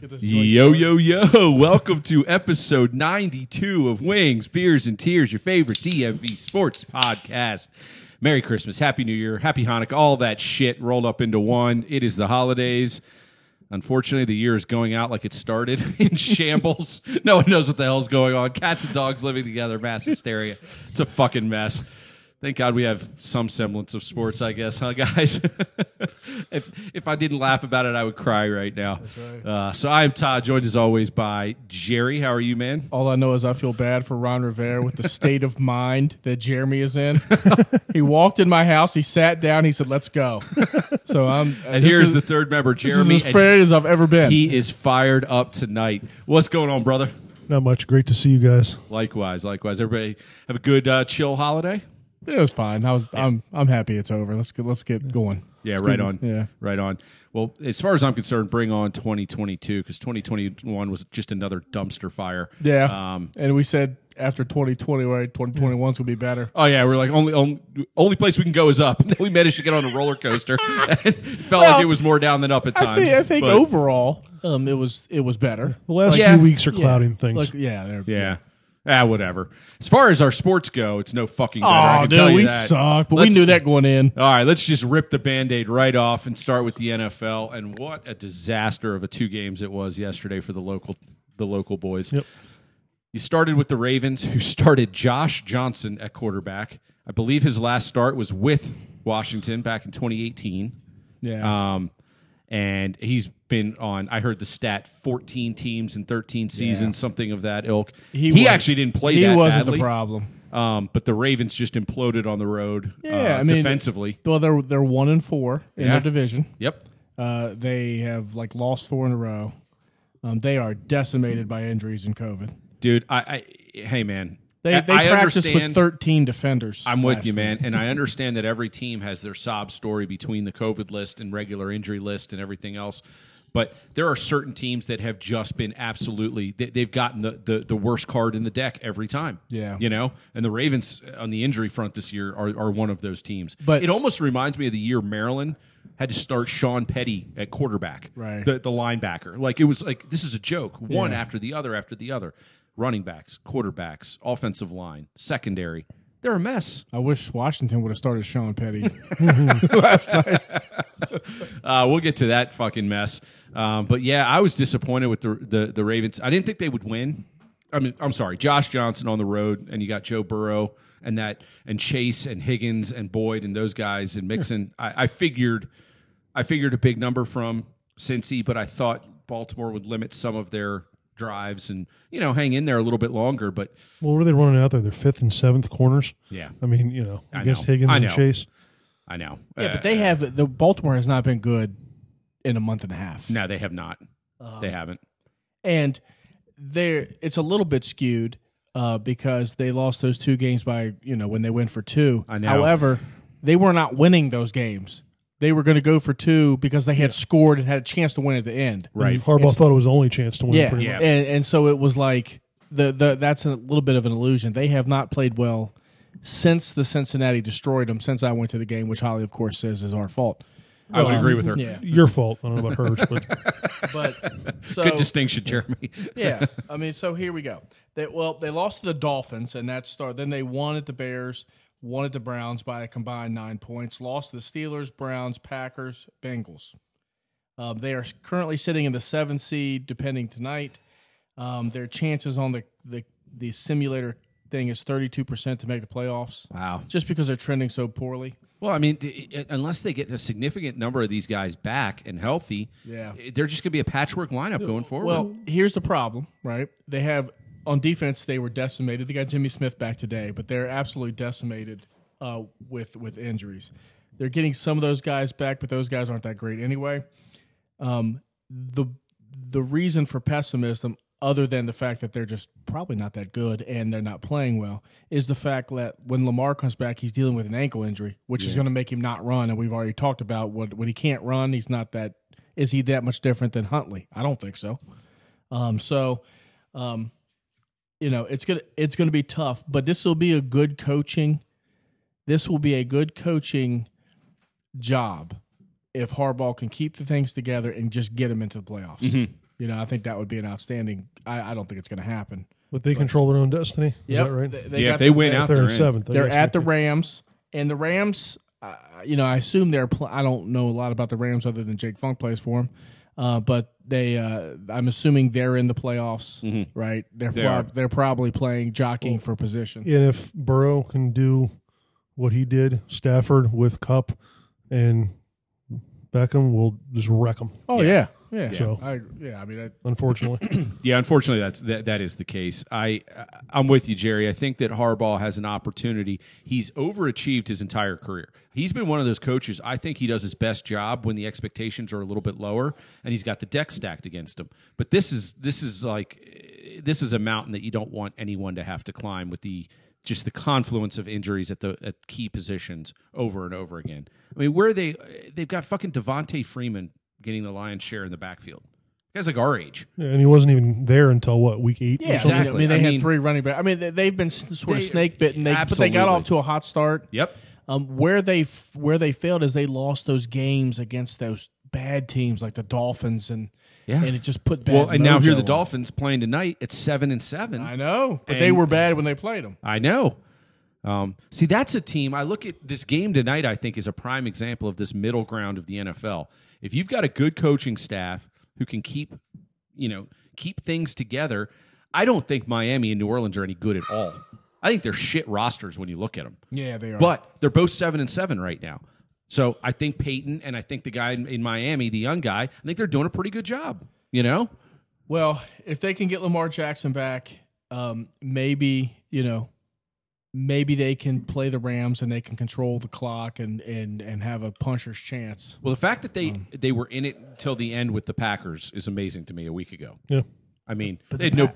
Get this joint Yo, started. yo, yo. Welcome to episode 92 of Wings, Beers, and Tears, your favorite DMV sports podcast. Merry Christmas, Happy New Year, Happy Hanukkah, all that shit rolled up into one. It is the holidays. Unfortunately, the year is going out like it started in shambles. no one knows what the hell's going on. Cats and dogs living together, mass hysteria. It's a fucking mess. Thank God we have some semblance of sports, I guess, huh, guys? if if I didn't laugh about it, I would cry right now. Uh, so I am Todd, joined as always by Jerry. How are you, man? All I know is I feel bad for Ron Rivera with the state of mind that Jeremy is in. he walked in my house, he sat down, he said, "Let's go." So I'm. And here's the third member, This is Jeremy. as and fair as I've ever been. he is fired up tonight. What's going on, brother? Not much. Great to see you guys. Likewise, likewise. Everybody have a good uh, chill holiday. it was fine. I was. I'm. I'm happy it's over. Let's get. Let's get going. Yeah, right on. Yeah. right on. Well, as far as I'm concerned, bring on 2022 because 2021 was just another dumpster fire. Yeah. Um, and we said after 2020, right? 2021 is gonna be better. oh yeah, we're like only, only only place we can go is up. we managed to get on a roller coaster. and it felt like Well, it was more down than up at I times. think, I think but- overall, um, it was it was better. The last Yeah. few weeks are Yeah. clouding things. Like, yeah, they're- Yeah. Ah, whatever. As far as our sports go, it's no fucking better. I Oh, can tell dude, you we that. suck, but Let's- we knew that going in. All right, let's just rip the band aid right off and start with the NFL. And what a disaster of a two games it was yesterday for the local the local boys. Yep. You started with the Ravens, who started Josh Johnson at quarterback. I believe his last start was with Washington back in 2018. Yeah, Um, and he's been on, I heard the stat, 14 teams in 13 seasons, something of that ilk. He, was- actually didn't play He that wasn't badly. the problem. Um, but the Ravens just imploded on the road Yeah, uh, I mean- defensively. Well, they're they're one and four in Yeah. their division. Yep. Uh, they have like lost four in a row. Um, they are decimated by injuries and COVID. Dude, I, I hey man. They I- they I practice with understand- thirteen defenders. I'm with last you, week. man. And I understand that every team has their sob story between the COVID list and regular injury list and everything else. But there are certain teams that have just been absolutely, they, they've gotten the, the, the worst card in the deck every time. Yeah. You know? And the Ravens uh, on the injury front this year are, are one of those teams. But- it almost reminds me of the year Maryland had to start Sean Petty at quarterback, Right. the, the linebacker. Like, it was like, this is a joke. One after the other after the other. Running backs, quarterbacks, offensive line, secondary. They're a mess. I wish Washington would have started Sean Petty. Uh, we'll get to that fucking mess. Um, but yeah, I was disappointed with the, the the Ravens. I didn't think they would win. I mean, I'm sorry, Josh Johnson on the road, and you got Joe Burrow and that and Chase and Higgins and Boyd and those guys and Mixon. I, I figured, I figured a big number from Cincy, but I thought Baltimore would limit some of their drives and you know hang in there a little bit longer. But well, what are they running out there? They're fifth and seventh corners. yeah, I mean, you know, I against know. Higgins I and know. Chase. I know. yeah, but Uh, they have the Baltimore has not been good in a month and a half. no, they have not. Uh, they haven't. and there it's a little bit skewed uh, because they lost those two games by you know when they went for two. I know. However, they were not winning those games. They were going to go for two because they had scored and had a chance to win at the end. Right. Harbaugh thought it was the only chance to win. Yeah, pretty Yeah. much. And, and so it was like the the that's a little bit of an illusion. They have not played well since the Cincinnati destroyed them. Since I went to the game, which Holly of course says is our fault. I would agree with her. Yeah, Your fault. I don't know about hers, but but so Good distinction, Jeremy. yeah. I mean, so here we go. They well, they lost to the Dolphins, and that start. Then they won at the Bears, won at the Browns by a combined nine points. Lost to the Steelers, Browns, Packers, Bengals. Um, they are currently sitting in the seventh seed, depending tonight. Um, their chances on the the the simulator thing is thirty two percent to make the playoffs, wow. just because they're trending so poorly. Well, I mean, th- i- unless they get a significant number of these guys back and healthy, Yeah. i- they're just going to be a patchwork lineup going forward. Well, here's the problem, right? They have on defense they were decimated. They got Jimmy Smith back today, but they're absolutely decimated uh, with with injuries. They're getting some of those guys back, but those guys aren't that great anyway. Um, the the reason for pessimism, other than the fact that they're just probably not that good and they're not playing well, is the fact that when Lamar comes back, he's dealing with an ankle injury, which is going to make him not run. And we've already talked about what when he can't run, he's not that. Is he that much different than Huntley? I don't think so. Um, so, um, you know, it's gonna it's gonna be tough, but this will be a good coaching. This will be a good coaching job if Harbaugh can keep the things together and just get him into the playoffs. You know, I think that would be an outstanding. I, I don't think it's going to happen. But they control their own destiny. Is Yep. that right? They, They're yeah, got if they the- win out, in they're in. seventh. I They're guess. at the Rams, and the Rams. Uh, you know, I assume they're. Pl- I don't know a lot about the Rams other than Jake Funk plays for them, uh, but they. Uh, I'm assuming they're in the playoffs, right? They're Mm-hmm. They prob- are. they're probably playing jockeying for position. And if Burrow can do what he did, Stafford with Cup and Beckham will just wreck him. Oh yeah, yeah. So- I, yeah, I mean, I, Unfortunately, Yeah, unfortunately, that's that, that is the case. I I'm with you, Jerry. I think that Harbaugh has an opportunity. He's overachieved his entire career. He's been one of those coaches. I think he does his best job when the expectations are a little bit lower, and he's got the deck stacked against him. But this is this is like eh, this is a mountain that you don't want anyone to have to climb with the just the confluence of injuries at the at key positions over and over again. I mean, where are they they've got fucking Devontae Freeman getting the lion's share in the backfield. Guys like our age. and he wasn't even there until what week eight. yeah. Exactly. I mean, they I had mean- three running back. I mean, they, they've been s- sort They- of snake bitten. They, but they got absolutely. off to a hot start. Yep. Um, where they f- where they failed is they lost those games against those bad teams like the Dolphins and Yeah. and it just put bad. Well, and now here mojo the on. Dolphins playing tonight at seven and seven. I I, know, but they And- were bad when they played them. know. Um, see, that's a team. I look at this game tonight. I think is a prime example of this middle ground of the NFL. If you've got a good coaching staff who can keep, you know, keep things together, I don't think Miami and New Orleans are any good at all. I think they're shit rosters when you look at them. Yeah, they are. But they're both seven and seven right now. So I think Peyton and I think the guy in, in Miami, the young guy, I think they're doing a pretty good job. You know, well, if they can get Lamar Jackson back, um, maybe you know, maybe they can play the Rams and they can control the clock and and and have a puncher's chance. Well, the fact that they Um. they were in it till the end with the Packers is amazing to me. A week ago, Yeah. I mean, they had no.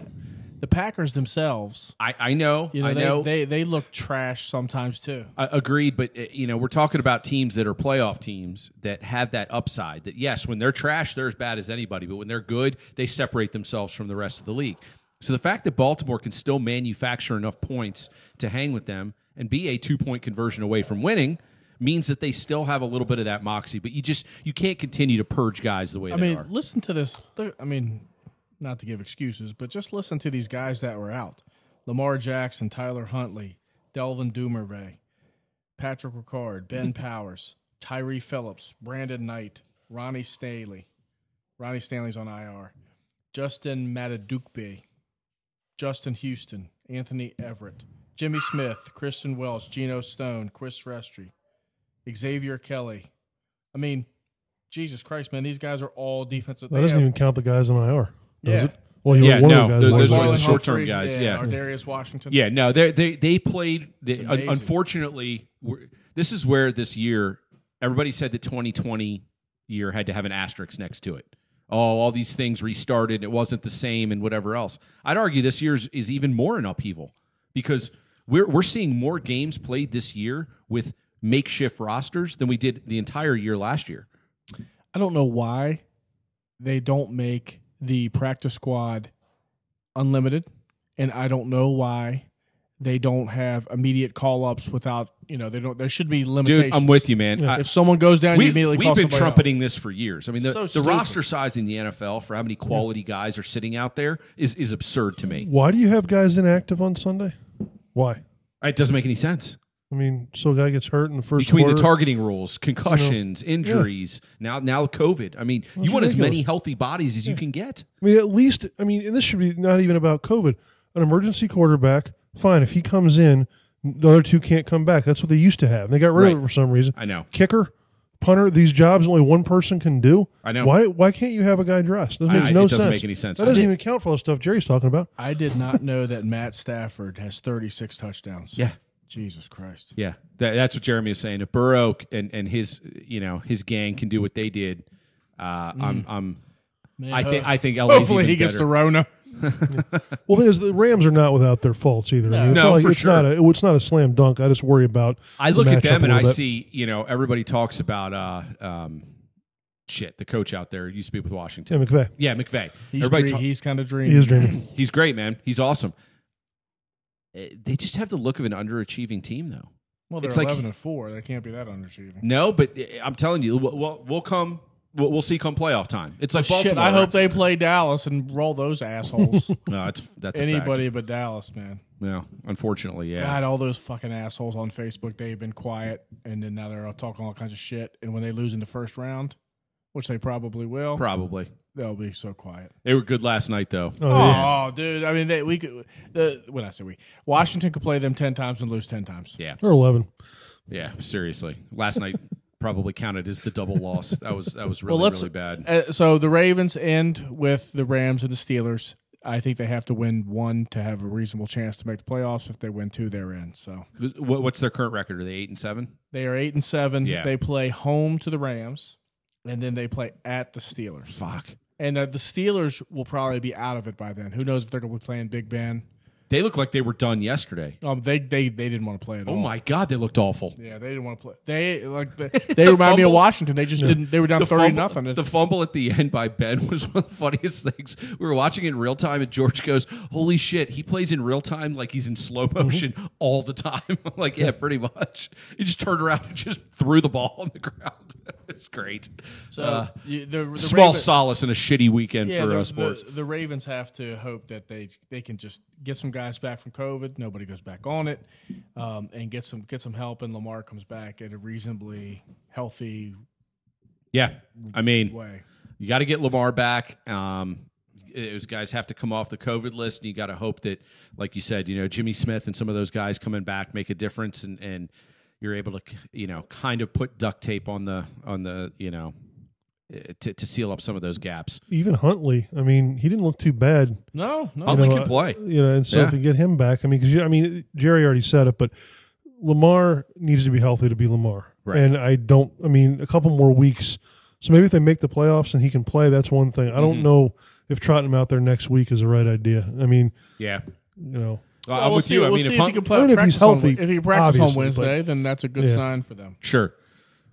The Packers themselves, I, I know, you know, I they, know, they they look trash sometimes too. I agreed. But uh, you know, we're talking about teams that are playoff teams that have that upside. That yes, when they're trash, they're as bad as anybody. But when they're good, they separate themselves from the rest of the league. So the fact that Baltimore can still manufacture enough points to hang with them and be a two point conversion away from winning means that they still have a little bit of that moxie. But you just you can't continue to purge guys the way I they mean, are. listen to this. Th- I mean, not to give excuses, but just listen to these guys that were out: Lamar Jackson, Tyler Huntley, Delvin Dumervay, Patrick Ricard, Ben Powers, Tyree Phillips, Brandon Knight, Ronnie Stanley. Ronnie Stanley's on IR. Justin Matadukbe, Justin Houston, Anthony Everett, Jimmy Smith, Kristen Welsh, Geno Stone, Chris Restry, Xavier Kelly. I mean, Jesus Christ, man, these guys are all defensive. That they doesn't have- even count the guys on IR. Does Yeah. it? Well, you Yeah, one no, of th- the guys. those was are on Marlon the IR. short-term Humphrey, guys, yeah. or Darius Washington. Yeah, no, they they they played. They, un- amazing. unfortunately, we're- this is where this year everybody said the 2020 year had to have an asterisk next to it. Oh, all these things restarted. It wasn't the same, and whatever else. I'd argue this year's is even more an upheaval because we're we're seeing more games played this year with makeshift rosters than we did the entire year last year. I don't know why they don't make the practice squad unlimited, and I don't know why they don't have immediate call ups without you know they don't there should be limitations. Dude, I'm with you, man. I- If someone goes down, we, you immediately call have been somebody trumpeting this for years. I mean, the, So the stupid. roster size in the NFL for how many quality guys are sitting out there is is absurd to me. Why do you have guys inactive on Sunday? Why? It doesn't make any sense. I mean, so a guy gets hurt in the first Between the quarter. targeting rules, concussions, injuries, now now COVID. I mean, you want as ridiculous. many healthy bodies as you can get. I mean, at least I mean, and this should be not even about COVID. An emergency quarterback, fine. If he comes in, the other two can't come back. That's what they used to have. They got rid of Right. it for some reason. I know. Kicker, punter, these jobs only one person can do. I know. Why? Why can't you have a guy dressed? That I- makes it no doesn't sense. make any sense. That doesn't even count for all the stuff Jerry's talking about. I did not know that Matt Stafford has 36 touchdowns. Yeah. Jesus Christ. Yeah, that, that's what Jeremy is saying. If Burrow c- and and his you know his gang can do what they did, uh, I'm I'm I think I think LA's Hopefully even he gets better. the Rona. Well, the thing is, the Rams are not without their faults either. I mean, it's No, not like, for it's not a it's not a slam dunk. I just worry about. I the look at matchup them a and little I bit. see, you know, everybody talks about uh, um, shit. The coach out there used to be with Washington. Tim McVay. Yeah, McVay. He's, everybody, dre- ta- he's kind of He dreaming. is dreaming. he's great, man. He's awesome. Uh, They just have the look of an underachieving team, though. well, they're it's like- 11 and 4. They can't be that underachieving. eh, No, but uh, I'm telling you, we'll, we'll, we'll come We'll, we'll see come playoff time. It's like Oh, Shit, Baltimore. I hope they play Dallas and roll those assholes. no, that's that's anybody. Anybody but Dallas, man. No, unfortunately, yeah. God, all those fucking assholes on Facebook. They've been quiet, and then now they're all talking all kinds of shit. And when they lose in the first round, which they probably will, Probably they'll be so quiet. they were good last night though. Oh, Oh, yeah. dude. I mean, they, we could. The, when I say we, Washington could play them ten times and lose ten times. Yeah, Or 11. yeah. Seriously, last night probably counted as the double loss. That was that was really let's- really bad. Uh, so the Ravens end with the Rams and the Steelers. I think they have to win one to have a reasonable chance to make the playoffs. If they win two, they're in. So What, what's their current record? Are they eight and seven? they are eight and seven. Yeah. They play home to the Rams, and then they play at the Steelers. Fuck. And uh, the Steelers will probably be out of it by then. Who knows if they're going to be playing Big Ben? They look like they were done yesterday. Um, they they they didn't want to play at Oh all. my god, they looked awful. Yeah, they didn't want to play. They like the, they remind me of fumble. Washington. They just didn't. They were down thirty nothing. The fumble at the end by Ben was one of the funniest things. We were watching it in real time, and George goes, "Holy shit!" He plays in real time like he's in slow motion all the time. I'm like, yeah, pretty much. He just turned around and just threw the ball on the ground. it's great. So Uh, you- the, the small Raven- solace in a shitty weekend Yeah, for the, us sports. The, the Ravens have to hope that they they can just get some guys back from COVID. Nobody goes back on it, um, and get some get some help. And Lamar comes back in a reasonably healthy yeah, I mean, way. You got to get Lamar back. Um, those guys have to come off the COVID list, and you got to hope that, like you said, you know Jimmy Smith and some of those guys coming back make a difference, and and you're able to you know kind of put duct tape on the on the you know eh, to, to seal up some of those gaps. Even Huntley. I mean, he didn't look too bad. No, no, Huntley know, can uh, play. You know, and so Yeah. if you get him back, I mean, because I mean, Jerry already said it, but Lamar needs to be healthy to be Lamar. Right. And I don't. I mean, a couple more weeks. So maybe if they make the playoffs and he can play, that's one thing. I don't Mm-hmm. know if trotting him out there next week is the right idea. I mean, Yeah, you know, Well, Well, I'm we'll with see, you. I We'll mean, see if, if Hunt, he can play, I mean, if practice he's healthy, on, if he can practice on obviously, Wednesday, then that's a good sign for them. Sure.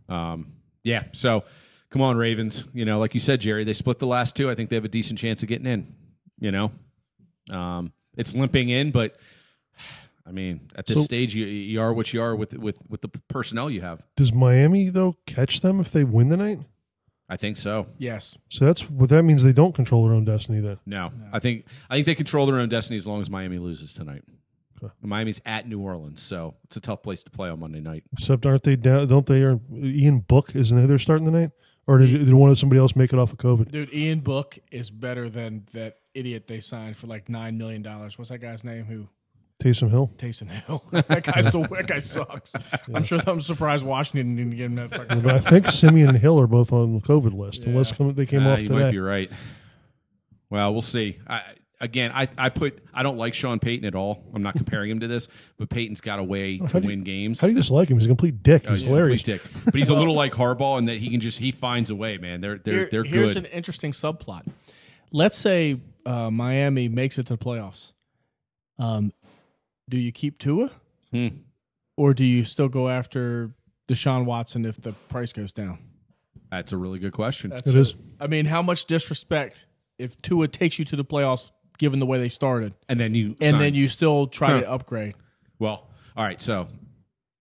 Um, yeah. So come on, Ravens. You know, like you said, Jerry, they split the last two. I think they have a decent chance of getting in. You know, um, it's limping in, but I mean, at this So- stage, you, you are what you are with with with the personnel you have. does Miami though catch them if they win the night? I think so. Yes, So that's what that means. They don't control their own destiny then. No, I think I think they control their own destiny as long as Miami loses tonight. Miami's at New Orleans, so it's a tough place to play on Monday night. Except aren't they down? Don't they? Are Ian Book isn't they? They're starting the night, or did, did one of somebody else make it off of COVID? dude. Ian Book is better than that idiot they signed for like nine million dollars. What's that guy's name? Who Taysom Hill. Taysom Hill? that guy's the that guy sucks. I'm sure. I'm surprised Washington didn't get him that fucking. But I think Simeon and Hill are both on the COVID list, unless Yeah. come, they came Ah, off you today. might be right. Well, we'll see. I, again, I, I put I don't like Sean Payton at all. I'm not comparing him to this, but Peyton's got a way to do you- win games. How do you dislike him? He's a complete dick. He's He's a hilarious. Oh, complete dick. But he's a little like Harbaugh in that he can just he finds a way, man. They're they're Here- they're here's good. an interesting subplot. Let's say uh, Miami makes it to the playoffs. Um, do you keep Tua, Hmm. or do you still go after Deshaun Watson if the price goes down? That's a really good question. That's It is. I mean, how much disrespect if Tua takes you to the playoffs, given the way they started, And then you and sign- then you still try to Huh. upgrade? well, all right, so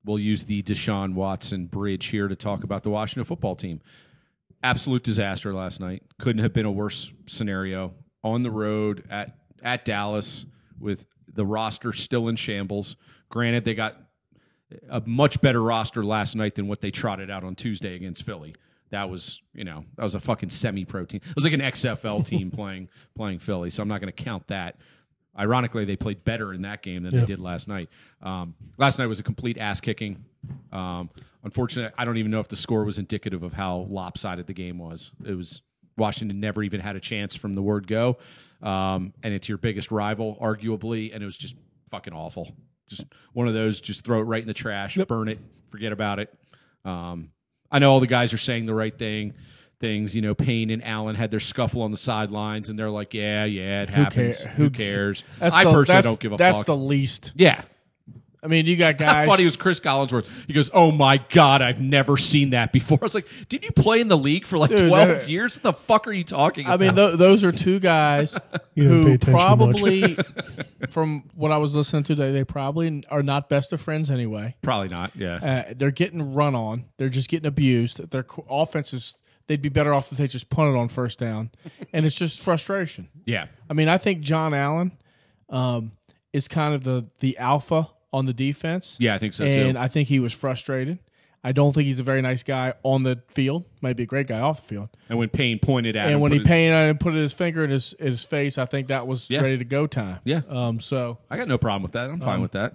we'll use the Deshaun Watson bridge here to talk about the Washington football team. Absolute disaster last night. Couldn't have been a worse scenario. On the road at at Dallas with the roster still in shambles. Granted, they got a much better roster last night than what they trotted out on Tuesday against Philly. That was, you know, that was a fucking semi-pro team. It was like an XFL team playing playing Philly. So I'm not going to count that. Ironically, they played better in that game than they did last night. Um, last night was a complete ass kicking. Um, unfortunately, I don't even know if the score was indicative of how lopsided the game was. It was Washington never even had a chance from the word go, um, and it's your biggest rival, arguably, and it was just fucking awful. Just one of those, just throw it right in the trash, burn it, forget about it. Um, I know all the guys are saying the right thing. Things you know, Payne and Allen had their scuffle on the sidelines, and they're like, "Yeah, yeah, it happens. care- Who, who cares?" That's I the- personally that's- don't give a That's fuck. the least. yeah, I mean, you got guys. I thought he was Chris Collinsworth. He goes, "Oh my god, I've never seen that before." I was like, "Did you play in the league for like Dude, twelve that- years? What the fuck are you talking?" I about? mean, th- those are two guys didn't pay who attention much. probably, from what I was listening to today, they probably are not best of friends anyway. probably not. Yeah, Uh, they're getting run on. They're just getting abused. Their co- offense is they'd be better off if they just punted on first down. And it's just frustration. Yeah. I mean, I think John Allen um, is kind of the the alpha on the defense. Yeah, I think so and too. I think he was frustrated. I don't think he's a very nice guy on the field. Might be a great guy off the field. And when Payne pointed at him, and when put he his- painted and put his finger in his in his face, I think that was Yeah. ready to go time. Yeah. Um. So I got no problem with that. I'm Um, fine with that.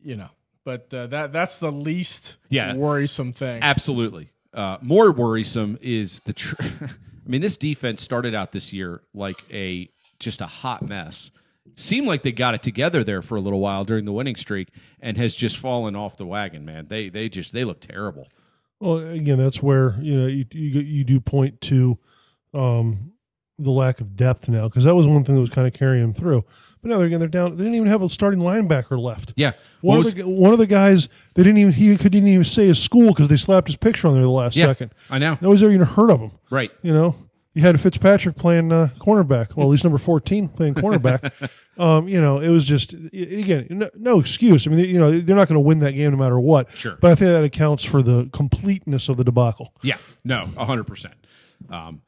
you know, but uh, that that's the least Yeah. worrisome thing. Absolutely. Uh, more worrisome is the. Tr- I mean, this defense started out this year like a just a hot mess. Seemed like they got it together there for a little while during the winning streak, and has just fallen off the wagon. Man, they they just they look terrible. Well, again, that's where you know you you, you do point to um, the lack of depth now because that was one thing that was kind of carrying them through. But now they're again they're down. They didn't even have a starting linebacker left. Yeah, what One of, was, the, gu- one of the guys they didn't even he could didn't even say his school because they slapped his picture on there the last Yeah. second. I know. Nobody's ever even heard of him. right? You know, you had Fitzpatrick playing uh, cornerback. Well, at least number fourteen playing cornerback. um, you know, it was just i- again no, no excuse. I mean, you know, they're not going to win that game no matter what. Sure. but I think that accounts for the completeness of the debacle. Yeah, no, hundred percent. Um,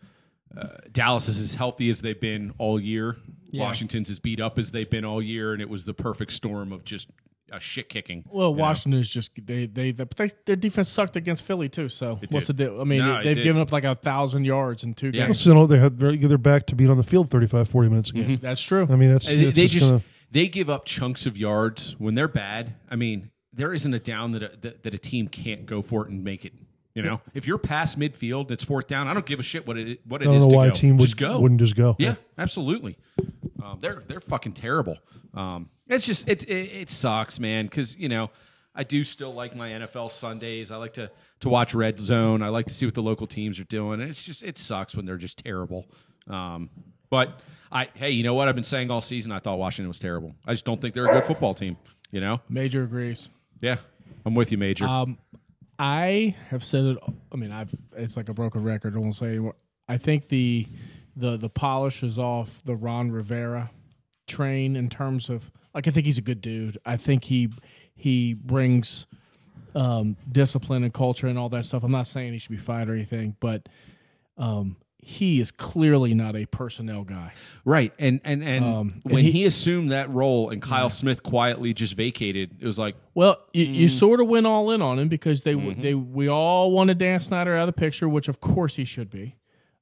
uh, Dallas is as healthy as they've been all year. Washington's as beat up as they've been all year, and it was the perfect storm of just a shit kicking. Well, Washington's just they they, they, but they their defense sucked against Philly too. So what's the did. deal? I mean, No, it they've did. given up like a thousand yards in two Yeah. games. So you know, they had they're they're back to being on the field 35, 40 minutes a game. That's true. I mean, that's, Mm-hmm. They, that's they just, just gonna- they give up chunks of yards when they're bad. I mean, there isn't a down that a, that, that a team can't go for it and make it. You know, if you're past midfield, and it's fourth down. I don't give a shit what it what it I don't is know to why go. a team would, just go. wouldn't just go. Yeah, absolutely. Um, they're they're fucking terrible. Um, it's just it it, it sucks, man. Because you know, I do still like my NFL Sundays. I like to to watch Red Zone. I like to see what the local teams are doing. And it's just it sucks when they're just terrible. Um, but I hey, you know what? I've been saying all season. I thought Washington was terrible. I just don't think they're a good football team. You know? Major agrees. Yeah, I'm with you, Major. Um, I have said it. I mean, I've it's like a broken record. I won't say. anymore. I think the the the polish is off the Ron Rivera train in terms of like I think he's a good dude. I think he he brings um, discipline and culture and all that stuff. I'm not saying he should be fired or anything, but um, he is clearly not a personnel guy. Right, and and um, and when he, assumed that role, and Kyle Smith quietly just vacated, it was like, Well, you, you sort of went all in on him because they they we all wanted Dan Snyder out of the picture, which of course he should be.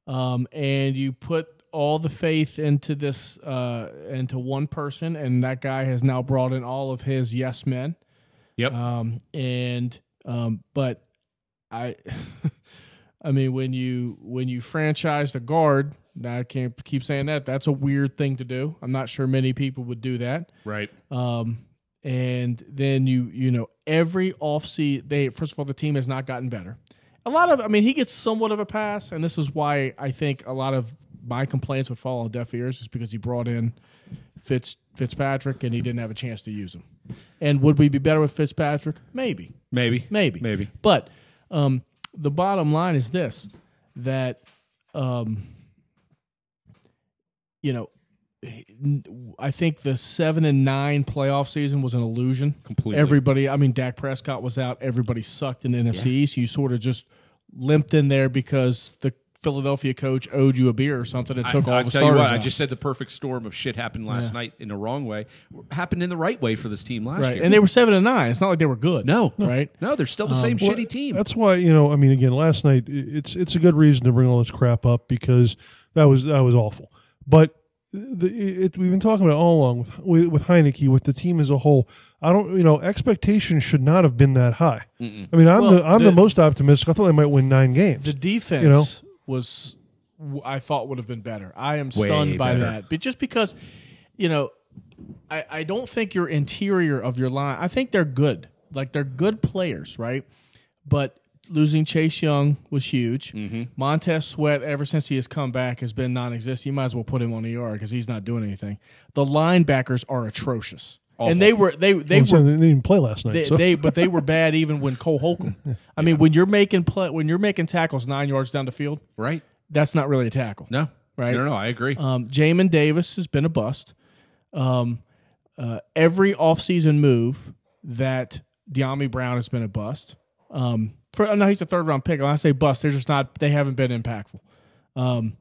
Um, and you put all the faith into this uh, into one person, and that guy has now brought in all of his yes men. "Yep, Um, and um, but I, I mean, when you when you franchise the guard, I can't keep saying that. That's a weird thing to do. I'm not sure many people would do that. right, Um, and then you you know every offseason they first of all the team has not gotten better. A lot of I mean he gets somewhat of a pass, and this is why I think a lot of my complaints would fall on deaf ears is because he brought in Fitz Fitzpatrick and he didn't have a chance to use him. And would we be better with Fitzpatrick? Maybe, maybe, maybe, maybe." But um, the bottom line is this: that um, you know, I think the seven and nine playoff season was an illusion. Completely. Everybody, I mean, Dak Prescott was out. Everybody sucked in the NFC East. You sort of just limped in there because the Philadelphia coach owed you a beer or something. It took all I, the tell you starters. what, I out. just said the perfect storm of shit happened last night in the wrong way. Happened in the right way for this team last right, year. and they were seven and nine. It's not like they were good. no, right. Um, no, they're still the same shitty team. That's why you know. I mean, again, last night i- it's it's a good reason to bring all this crap up because that was that was awful. But the, it, we've been talking about it all along with, with Heineke, with the team as a whole. I don't, you know, expectations should not have been that high. I mean, I'm the I'm the, most optimistic. I thought they might win nine games. The defense You know? was w- I thought would have been better. I am stunned by better. that. But just because, you know, I, I don't think your interior of your line I think they're good. Like they're good players, right? But losing Chase Young was huge. Mm-hmm. Montez Sweat, ever since he has come back, has been non existent. You might as well put him on ER because he's not doing anything. The linebackers are atrocious. And they were they they And so were they didn't even play last night. they, so. they but they were bad even when Cole Holcomb. I mean, when you're making play, when you're making tackles nine yards down the field, right? that's not really a tackle. No, Right. No, no, no, I agree. Um, Jamin Davis has been a bust. Um, uh, every offseason move that Deami Brown has been a bust. Um, For, no, he's a third round pick. When I say bust, they're just not. They haven't been impactful. Um,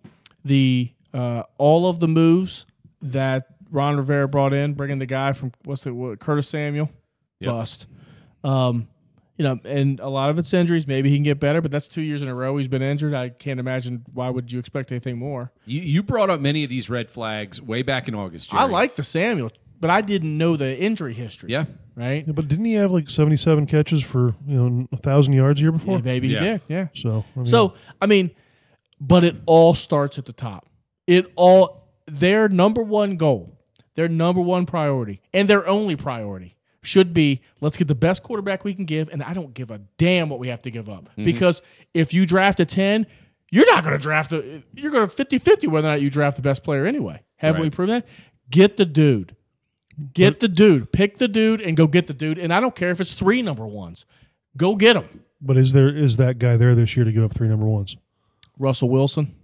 the uh, all of the moves that Ron Rivera brought in, bringing the guy from what's it, what, Curtis Samuel, Yep. bust. Um, you know, and a lot of it's injuries. Maybe he can get better, but that's two years in a row he's been injured. I can't imagine why would you expect anything more. You, you brought up many of these red flags way back in August. Jerry. I like the Samuel, but I didn't know the injury history. Yeah. Right. Yeah, but didn't he have like 77 catches for you know a thousand yards a year before? Yeah, maybe he Yeah. did. Yeah. So I mean, So I mean, but it all starts at the top. It all their number one goal, their number one priority, and their only priority should be let's get the best quarterback we can give, and I don't give a damn what we have to give up because if you draft a ten. You're not going to draft a. You're going to 50 50 whether or not you draft the best player anyway. Have we Right. proven that? Get the dude. Get the dude. Pick the dude and go get the dude. And I don't care if it's three number ones. Go get him. but is there is that guy there this year to give up three number ones? Russell Wilson.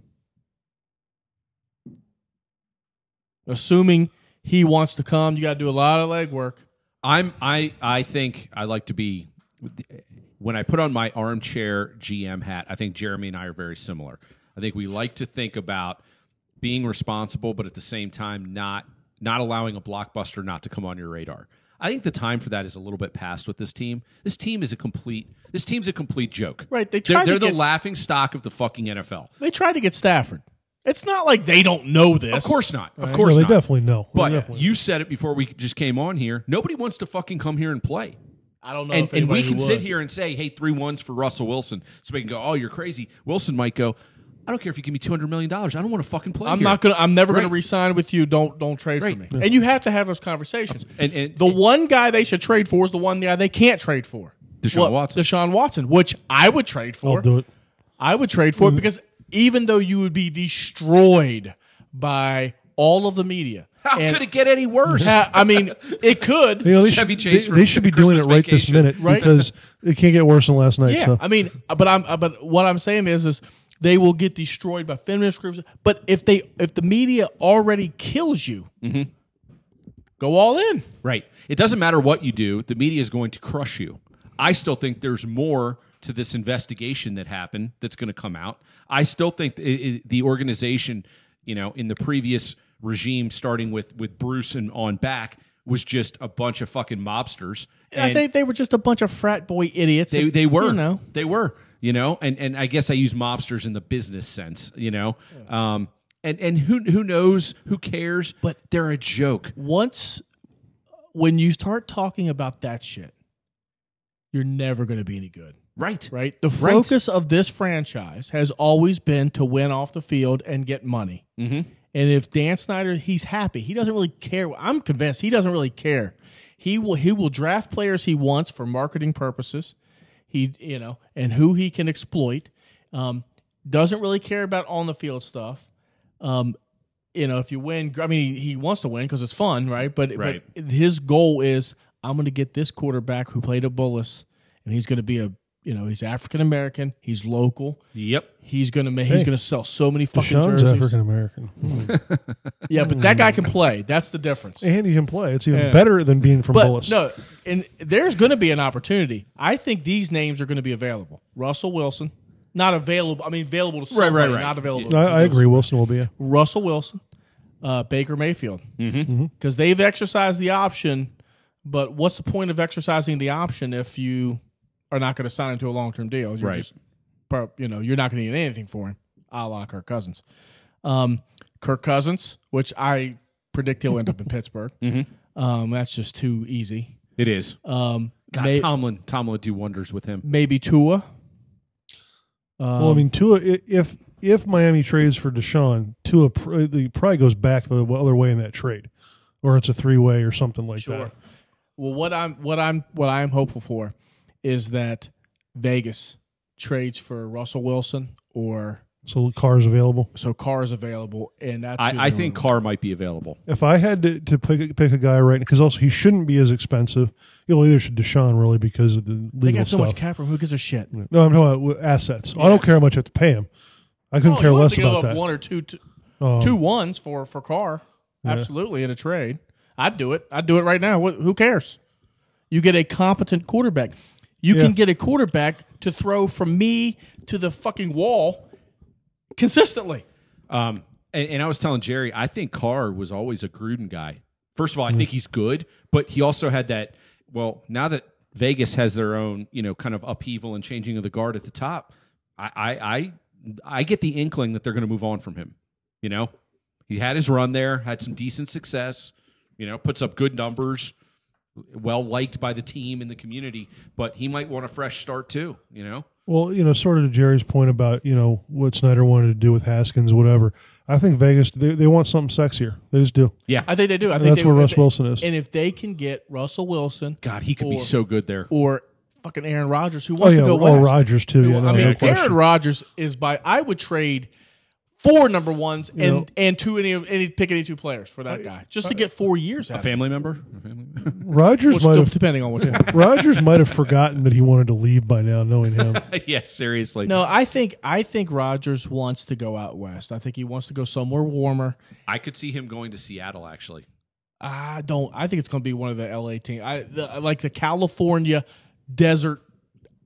Assuming he wants to come, you got to do a lot of legwork. I'm I I think I like to be when I put on my armchair GM hat. I think Jeremy and I are very similar. I think we like to think about being responsible, but at the same time not not allowing a blockbuster not to come on your radar. I think the time for that is a little bit past with this team. This team is a complete. This team's a complete joke. Right, they They're, tried to they're the get- laughing stock of the fucking NFL. They tried to get Stafford. It's not like they don't know this. Of course not. Of course No, they not. definitely know. They But definitely- you said it before we just came on here. Nobody wants to fucking come here and play. I don't know. And, if and we anybody can would. sit here and say, hey, three ones for Russell Wilson. So we can go, oh, you're crazy. Wilson might go, I don't care if you give me $200 million. I don't want to fucking play. I'm here." not gonna. I'm never gonna Right. resign with you. Don't don't trade Right. for me. And you have to have those conversations. And- and- the one guy they should trade for is the one guy they can't trade for. Deshaun Watson. Deshaun Watson, which I would trade for. I'll do it. I would trade for it because even though you would be destroyed by all of the media, How and- could it get any worse? Ha- I mean, it could. You know, they Chevy should, Chase they- for they should be doing it Christmas right this vacation. minute Right. because it can't get worse than last night. yeah, so I mean, but I'm uh, but what I'm saying is is they will get destroyed by feminist groups. But if they if the media already kills you, Mm-hmm. go all in. Right. It doesn't matter what you do, the media is going to crush you. I still think there's more to this investigation that happened that's going to come out. I still think th- it, it- the organization, you know, in the previous regime, starting with, with Bruce and on back, was just a bunch of fucking mobsters. I And- think they were just a bunch of frat boy idiots. They they were. You know, They were. You know, and and I guess I use mobsters in the business sense. You know, um, and and who who knows? Who cares? But they're a joke. once when you start talking about that shit, you're never going to be any good. Right. right? The focus of this franchise has always been to win off the field and get money. Mm-hmm. And if Dan Snyder, he's happy. He doesn't really care. I'm convinced he doesn't really care. He will he will draft players he wants for marketing purposes. He you know and who he can exploit. Um, doesn't really care about on the field stuff. Um, you know, if you win, I mean, he wants to win because it's fun, right? But, Right. but his goal is I'm going to get this quarterback who played at Bullis, and he's going to be a you know he's African American, he's local, Yep. he's going to make he's going to sell so many fucking Sean's jerseys. African American, Yeah, but that guy can play. That's the difference. and he can play. It's even better than being from But Bullis. no, and there's going to be an opportunity. I think these names are going to be available. Russell Wilson, not available. I mean, available to Right, somebody, right, right. not available. No, to I, I agree. Wilson will be. A, Russell Wilson, uh, Baker Mayfield, because they've exercised the option. But what's the point of exercising the option if you are not going to sign him to a long term deal? You're Right. just pro- you know, you're not going to get anything for him, a la Kirk Cousins. Um, Kirk Cousins, which I predict he'll end up in Pittsburgh. Um, that's just too easy. It is. Um, God, may- Tomlin. Tomlin would do wonders with him. maybe Tua. Um, well, I mean, Tua. i- If if Miami trades for Deshaun, Tua pr- the- probably goes back the other way in that trade, or it's a three way or something like that. Well, what I'm what I'm what I'm hopeful for is that Vegas trades for Russell Wilson or So cars available. so Carr is available, and that's who I, I they're think gonna- Carr might be available. If I had to, to pick pick a guy right because also he shouldn't be as expensive. You know, either should Deshaun really because of the legal they got so stuff. much cap room. Who gives a shit? No, I'm talking about assets. I don't care how much I have to pay him. I couldn't Oh, care you want less to give about up that. One or two, two, Um, two ones for for Carr. Absolutely in a trade, I'd do it. I'd do it right now. What, who cares? You get a competent quarterback. You Yeah. can get a quarterback to throw from me to the fucking wall consistently. Um, and, and I was telling Jerry, I think Carr was always a Gruden guy. First of all, I think he's good, but he also had that. Well, now that Vegas has their own, you know, kind of upheaval and changing of the guard at the top, I, I, I, I get the inkling that they're going to move on from him. You know, he had his run there, had some decent success. You know, puts up good numbers, well liked by the team and the community, but he might want a fresh start too. You know, Well, you know, sort of to Jerry's point about you know what Snyder wanted to do with Haskins, whatever. I think Vegas they, they want something sexier. They just do. yeah. I think they do. I And think that's they- where if Russ they- Wilson is. And if they can get Russell Wilson, God, he could be Or- so good there. or fucking Aaron Rodgers, who Oh wants yeah, to go or west. Rodgers too. Yeah, no, I no mean, Aaron question. Rodgers is by. I would trade four number ones and know- and two any of any pick any two players for that guy just to get four years. A Out of him. family member? A family member? Rodgers might Well, have depending on which one. Rodgers might have forgotten that he wanted to leave by now, knowing him. yeah, seriously. No, I think I think Rodgers wants to go out west. I think he wants to go somewhere warmer. I could see him going to Seattle actually. I don't. I think it's going to be one of the LA teams. I the, like the California desert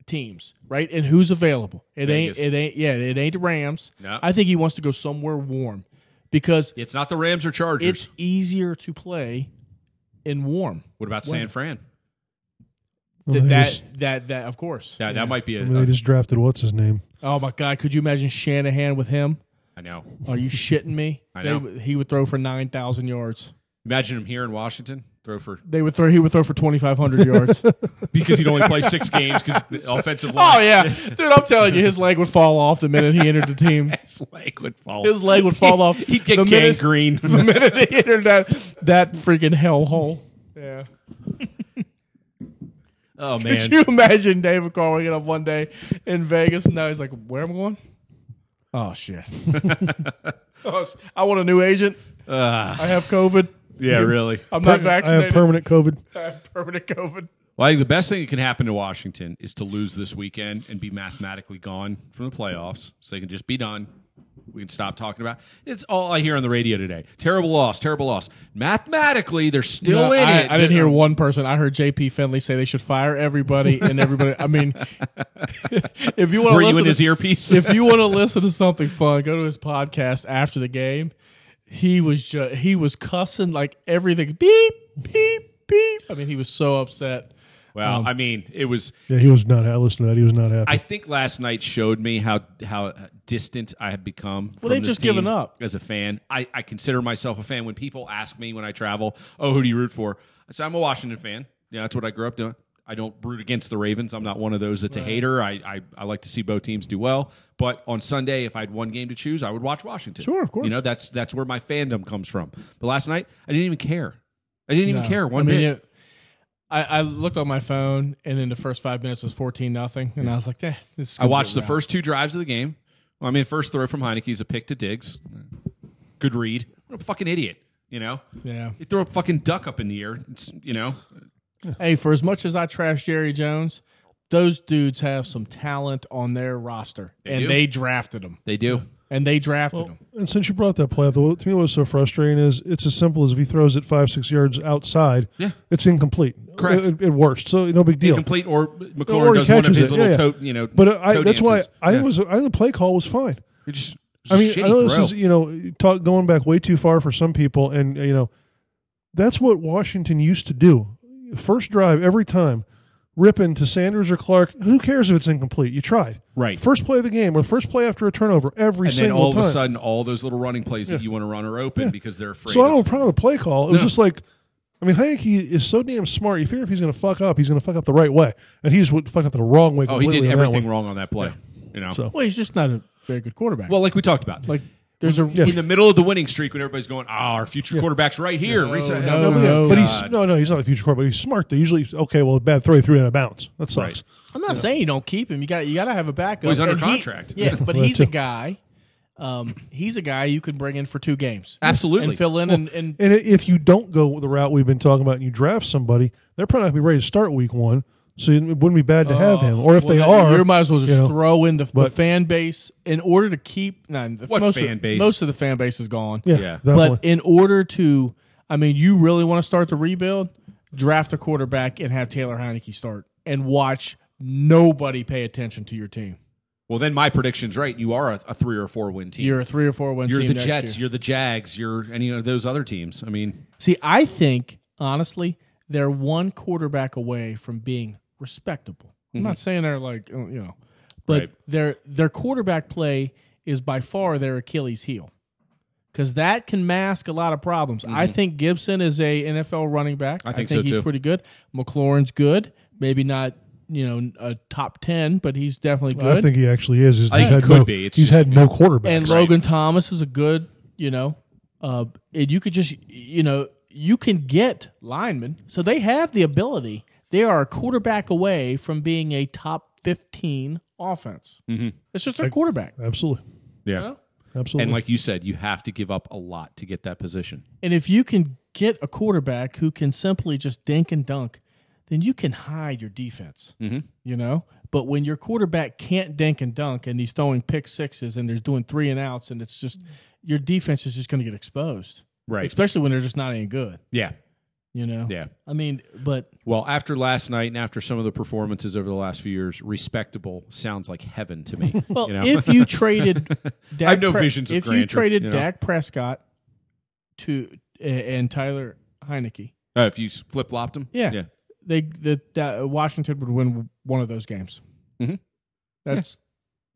teams, right? And who's available? It Vegas. ain't. It ain't. Yeah, it ain't the Rams. No. I think he wants to go somewhere warm because It's not the Rams or Chargers. it's easier to play in warm. what about San Fran? Well, Th- they that, just- that that of course. Yeah, that might be I a. mean, they a- just drafted what's his name. Oh my God! Could you imagine Shanahan with him? I know. Are you shitting me? I They know. would- he would throw for nine thousand yards. Imagine him here in Washington, throw for They would throw. He would throw for twenty five hundred yards. because he'd only play six games because the offensive oh line. yeah, dude! I'm telling you, his leg would fall off the minute he entered the team. his leg would fall. His leg would fall off. He'd get the minute, gangrene. the minute he entered that that freaking hellhole. Yeah. oh Could man, you imagine David Carr waking up one day in Vegas and now he's like, "Where am I going? Oh shit! Oh, s- I want a new agent. Ah, I have COVID. yeah, really. I'm not I have vaccinated. permanent COVID. I have permanent COVID." Well, I think the best thing that can happen to Washington is to lose this weekend and be mathematically gone from the playoffs, so they can just be done. We can stop talking about. It's all I hear on the radio today. Terrible loss, terrible loss. Mathematically, they're still No, in I, it. I didn't hear one person. I heard J.P. Finley say they should fire everybody and everybody. I mean, if you want Were to you in listen, his to- earpiece? if you want to listen to something fun, go to his podcast after the game. He was ju- he was cussing like everything. Beep beep beep. I mean, he was so upset. Well, um, I mean, it was. Yeah, he was not. I listened to that. He was not happy. I think last night showed me how how distant I have become. Well, they've just given up. as a fan. I, I consider myself a fan. When people ask me when I travel, oh, who do you root for? I say I'm a Washington fan. Yeah, that's what I grew up doing. I don't root against the Ravens. I'm not one of those that's a hater. I, I I like to see both teams do well. But on Sunday, if I had one game to choose, I would watch Washington. Sure, of course. You know that's that's where my fandom comes from. But last night, I didn't even care. I didn't even care one I mean, bit. it- I, I looked on my phone, and in the first five minutes was fourteen nothing, and I was like, eh, this is I watched the first two drives of the game. Well, I mean, first throw from Heineke is a pick to Diggs. Good read. What a fucking idiot, you know? yeah." He threw a fucking duck up in the air, it's, you know? Hey, for as much as I trash Jerry Jones, those dudes have some talent on their roster, and do. they drafted them, They do. and they drafted them. and since you brought that play up, the what- to me what's so frustrating is it's as simple as if he throws it five, six yards outside, Yeah. it's incomplete. Correct. At, at worst, so no big deal. Incomplete, or McLaurin does Or he one of catches his it. little Yeah, yeah. toe, you know, But uh, I, toe that's why dances. I Yeah. was. I think the play call was fine. It just, it's I a mean, shitty I know this throw. is you know talk going back way too far for some people, and uh, you know that's what Washington used to do. First drive every time, ripping to Sanders or Clark. Who cares if it's incomplete? You tried. Right. First play of the game or the first play after a turnover every and then single all of time. a sudden, all those little running plays that you want to run are open because they're afraid. so I don't have of- a problem with the play call. It was just like. I mean, Heineke is so damn smart. You figure if he's going to fuck up, he's going to fuck up the right way, and he just would fuck up the wrong way. oh, he did completely on that everything one. wrong on that play, you know? So- Well, he's just not a very good quarterback. well, like we talked about. like there's a in the middle of the winning streak, when everybody's going, "Ah, our future quarterback's right here." Reset. no, No, but, yeah, Oh, but God. he's no, no, he's not a future quarterback. He's smart. They usually okay. Well, bad throw, he threw it out of bounds. That sucks. Right. I'm not saying you don't keep him. You got you got to have a backup. he's under And he- contract. yeah, but Well, he's too. a guy. Um, he's a guy you can bring in for two games, Absolutely. and fill in and, and And i- if you don't go with the route we've been talking about and you draft somebody, they're probably not going to be ready to start week one. So it wouldn't be bad to Oh, have him. Or if they Well, are, you might as well just you know, throw in the, the but- fan base in order to keep. Nah, the- What most fan of, base? Most of the fan base is gone. yeah, Yeah. definitely. But in order to, I mean, you really want to start the rebuild, draft a quarterback and have Taylor Heineke start and watch nobody pay attention to your team. Well, then my prediction's right. You are a, a three or four win team. You're a three or four win You're team the next Jets. year. You're the Jags. You're any of those other teams. I mean, See, I think honestly, they're one quarterback away from being respectable. I'm not saying they're like uh, you know, but Mhm. Right. their their quarterback play is by far their Achilles heel because that can mask a lot of problems. I think Gibson is a NFL running back. I Mm-hmm. think so, he's too. pretty good. McLaurin's good. Maybe not you know a top ten, but he's definitely good. I think he actually is. He's, I think he's had he could no, be. It's he's just- had no quarterbacks. and Logan Thomas is a good, you know, uh, and you could just, you know, you can get linemen. So they have the ability. They are a quarterback away from being a top 15 offense. Mm-hmm. It's just their quarterback. absolutely, yeah. know? absolutely. And like you said, you have to give up a lot to get that position. And if you can get a quarterback who can simply just dink and dunk, then you can hide your defense, mm-hmm. you know? But when your quarterback can't dink and dunk and he's throwing pick sixes and there's doing three and outs and it's just, your defense is just going to get exposed. Right. especially when they're just not any good. Yeah. You know. Yeah. I mean, but Well, after last night and after some of the performances over the last few years, respectable sounds like heaven to me. well, you know? if you traded, Dak I have no visions of If you grandeur, traded you know? Dak Prescott to a- and Tyler Heineke, Uh, if you flip flopped them, Yeah. yeah, they the that Washington would win one of those games. Mhm. That's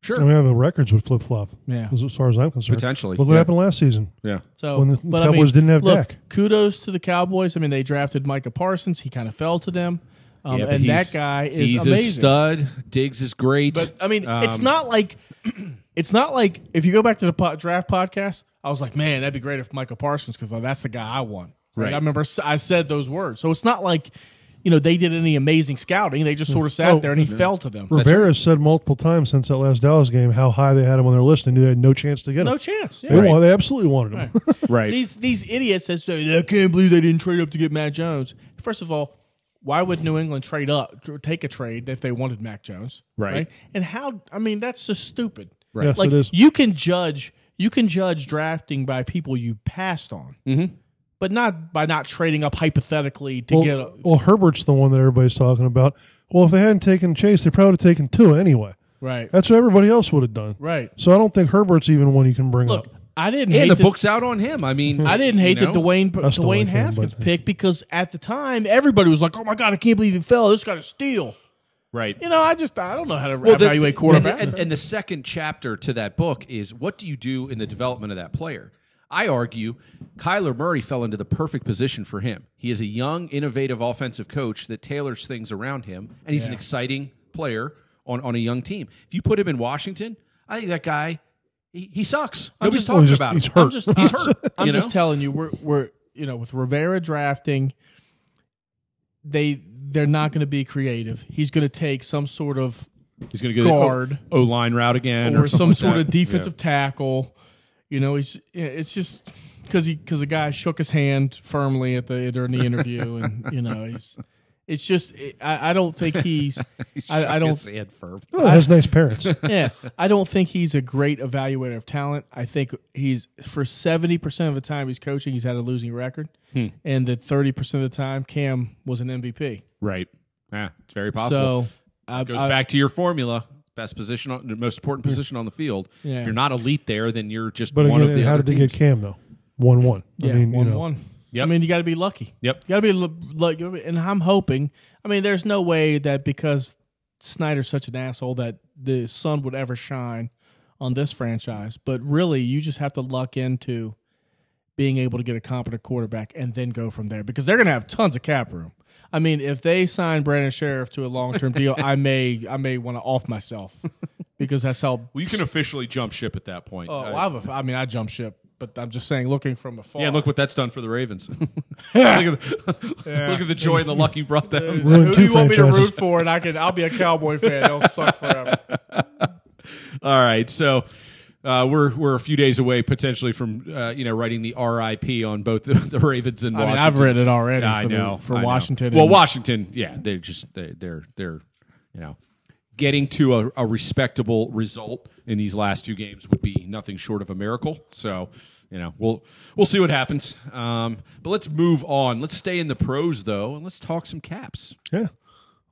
sure, I mean, the records would flip flop. yeah. As far as I'm concerned, potentially. look what yeah. happened last season yeah. So when the but Cowboys I mean, didn't have look, Dak. Kudos to the Cowboys. I mean, they drafted Micah Parsons. He kind of fell to them, um, Yeah, but and he's- that guy is he's amazing. a stud. Diggs is great. But I mean, it's Um, not like it's not like if you go back to the po- draft podcast, I was like, man, that'd be great if Michael Parsons because that's the guy I want. Like, Right. I remember s- I said those words. So it's not like you know they did any amazing scouting. They just sort of sat Oh, there and he fell to them. Rivera said multiple times since that last Dallas game how high they had him on their list and knew they had no chance to get him. No chance. they, Yeah. wa- they absolutely wanted him. right. These these idiots that say I can't believe they didn't trade up to get Matt Jones. First of all, why would New England trade up, tr- take a trade if they wanted Mac Jones? Right. And how? I mean, that's just stupid. Right. Yes, like it is. you can judge you can judge drafting by people you passed on Mm-hmm. but not by not trading up hypothetically to Well, get a, well, Herbert's the one that everybody's talking about. Well, if they hadn't taken Chase, they probably would have taken two anyway. right That's what everybody else would have done. right So I don't think Herbert's even one you can bring look up. i didn't hate and the that- book's out on him. I mean, I didn't hate you know? that Dwayne still Dwayne like him, Haskins but- pick because at the time everybody was like, "Oh my god, I can't believe he fell. This guy's a steal." Right. You know, I just I don't know how to Well, the- evaluate quarterback. And, and the second chapter to that book is what do you do in the development of that player? I argue Kyler Murray fell into the perfect position for him. He is a young, innovative offensive coach that tailors things around him, and he's an exciting player on, on a young team. If you put him in Washington, I think that guy, he, he sucks. Nobody's just- talking he's just- about he's him. hurt. I'm just, I'm, hurt, I'm you just know? telling you, we're we're you know with Rivera drafting, they they're not going to be creative. He's going to take some sort of He's going to the guard. O line route again, or some sort of defensive tackle. You know, he's it's just because he because the guy shook his hand firmly at the during the interview, and you know he's it's just I, I don't think he's I, I don't Oh, he has nice parents. yeah, I don't think he's a great evaluator of talent. I think he's for seventy percent of the time he's coaching, he's had a losing record, Hmm. and that thirty percent of the time Cam was an MVP. Right. Yeah, it's very possible. So I, goes Uh, I- back to your formula. Best position, on, the most important position on the field. Yeah. If you're not elite there, then you're just But one again, of the how other did they teams. get Cam though? One one. Yeah, I mean, one you know, one. Yep. I mean, you got to be lucky. Yep. You got to be lu- lucky. And I'm hoping. I mean, there's no way that because Snyder's such an asshole that the sun would ever shine on this franchise. But really, you just have to luck into being able to get a competent quarterback and then go from there because they're going to have tons of cap room. I mean, if they sign Brandon Sheriff to a long term deal, I may I may want to off myself because that's how. Well, you can officially jump ship at that point. Oh, Uh, I've, a- I mean, I jump ship, but I'm just saying, looking from afar. yeah, look what that's done for the Ravens. look, at the, look at the joy and the luck you brought them. Ruined Who do two you want me to franchises. root for? And I can, I'll be a Cowboy fan. It'll suck forever. All right, so uh, we're we're a few days away potentially from uh, you know writing the RIP on both the, the Ravens and I mean, Washington. I've read it already I for the- know for I know. Washington Well, and- Washington, yeah, they're just they, they're they're you know getting to a, a respectable result in these last two games would be nothing short of a miracle. So you know we'll we'll see what happens. Um, but let's move on. Let's stay in the pros though, and let's talk some caps. yeah.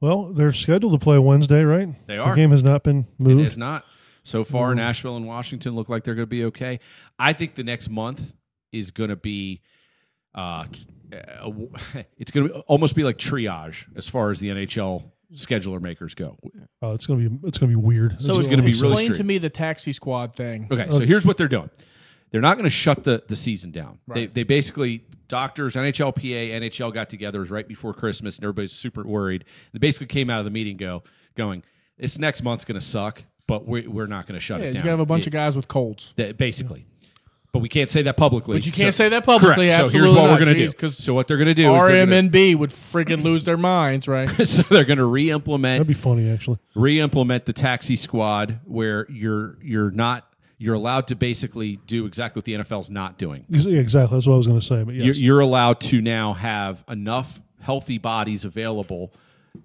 Well, they're scheduled to play Wednesday, right? They are. The game has not been It Hmm. moved. is not. So far, Nashville and Washington look like they're going to be okay. I think the next month is going to be, uh, a- it's going to almost be like triage as far as the NHL scheduler makers go. Oh, it's gonna be it's gonna be weird. So it's gonna be really explain to straight. me the taxi squad thing. Okay, so here's what they're doing. They're not going to shut the, the season down. They, they basically, doctors, NHLPA, NHL got together it was right before Christmas, and everybody's super worried. They basically came out of the meeting go going, this next month's going to suck, but we, we're not going to shut Yeah, it you down. gotta have a bunch It- of guys with colds. that- basically. But we can't say that publicly. But you can't say that publicly, Correct. So here's absolutely what we're not, going to geez, do. 'cause So what they're going to do is they're gonna- RMNB would freaking lose their minds, right? so they're going to re-implement That'd be funny, actually. re-implement the taxi squad where you're you're not you're allowed to basically do exactly what the NFL's not doing. Ex- yeah, Exactly. That's what I was gonna say. But yes. You're, you're allowed to now have enough healthy bodies available,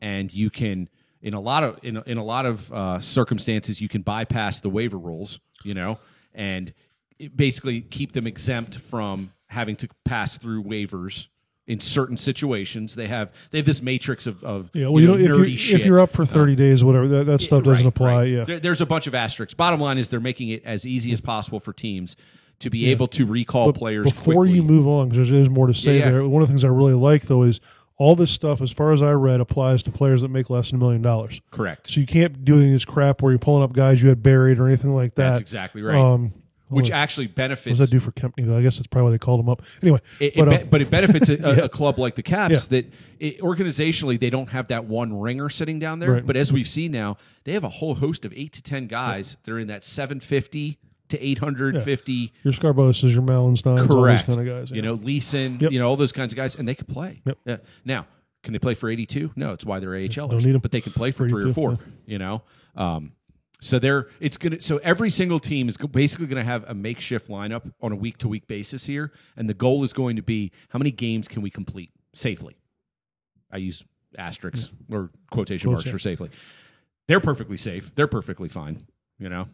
and you can in a lot of in a, in a lot of uh, circumstances you can bypass the waiver rules, you know, and it basically keep them exempt from having to pass through waivers. In certain situations, they have they have this matrix of, of yeah. Well, you know, if nerdy you're, shit. Uh, if you're up for 30 days, whatever, that, that stuff doesn't Right, apply. right. Yeah. There- there's a bunch of asterisks. Bottom line is they're making it as easy as possible for teams to be able to recall players Before quickly. you move on, because there's, there's more to say Yeah, yeah. there. One of the things I really like though is all this stuff, as far as I read, applies to players that make less than a million dollars. Correct. So you can't do any of this crap where you're pulling up guys you had buried or anything like that. That's exactly right. Um, Which actually benefits. what does that do for Kempney though? I guess that's probably why they called him up. Anyway, It, but, but, uh, it, be- but it benefits a, a- a club like the Caps that it, organizationally they don't have that one ringer sitting down there. Right. But as we've seen now, they have a whole host of eight to ten guys. They're in that seven fifty to eight hundred fifty. your Scarboroughs, your Malinsteins, all those Correct. kind of guys. You know, Leeson, Yep. you know, all those kinds of guys, and they could play. Yep. Yeah. Now, can they play for 82? No, it's why they're Don't need 'em. AHLers. But they can play for three or 82, four, you know? Um, so they're it's gonna so every single team is go- basically gonna have a makeshift lineup on a week to week basis here, and the goal is going to be how many games can we complete safely? I use asterisks or quotation marks Quotes, yeah. for safely. They're perfectly safe. They're perfectly fine. You know,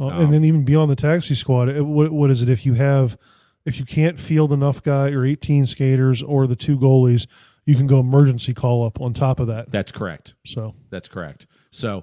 Uh, Um, and then even beyond the taxi squad, it, what, what is it? If you have, if you can't field enough guy or 18 skaters or the two goalies, you can go emergency call up on top of that. that's correct. So That's correct. So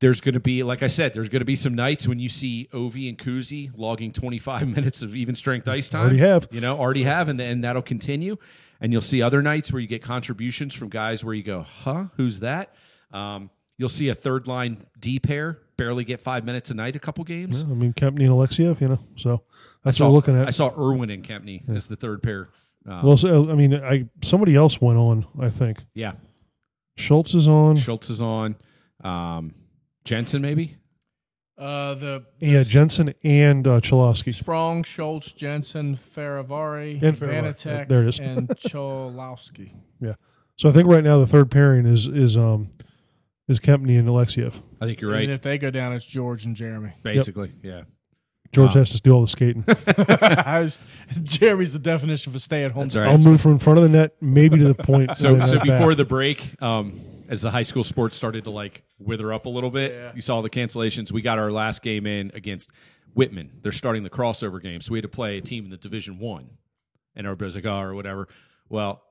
there's going to be, like I said, there's going to be some nights when you see Ovi and Kuzi logging 25 minutes of even strength ice time. Already have. You know, already have, and, and that'll continue. And you'll see other nights where you get contributions from guys where you go, huh, who's that? Um, you'll see a third line D pair barely get five minutes a night a couple games. I mean, Kempney and Alexiev, you know, so that's saw, what we're looking I at. saw Irwin and Kempney as the third pair. Uh, Well, so, I mean, I somebody else went on. I think yeah. Schultz is on. Schultz is on. Um, Jensen, maybe? Uh, the Yeah, Jensen and uh, Cholowski. Sprong, Schultz, Jensen, Faravari, And Faravari. Vanatek, There it is. and Cholowski. Yeah. So I think right now the third pairing is is um is Kempney and Alexiev. I think you're And right. if they go down, it's George and Jeremy. Basically, yeah. George has to do all the skating. I was- Jeremy's the definition of a stay-at-home. That's all right. I'll move from in front of the net, maybe to the point. So, and then so back. before the break, um, as the high school sports started to like wither up a little bit, you saw the cancellations. We got our last game in against Whitman. They're starting the crossover game, so we had to play a team in the Division One, and everybody's like, "Oh, or whatever." Well,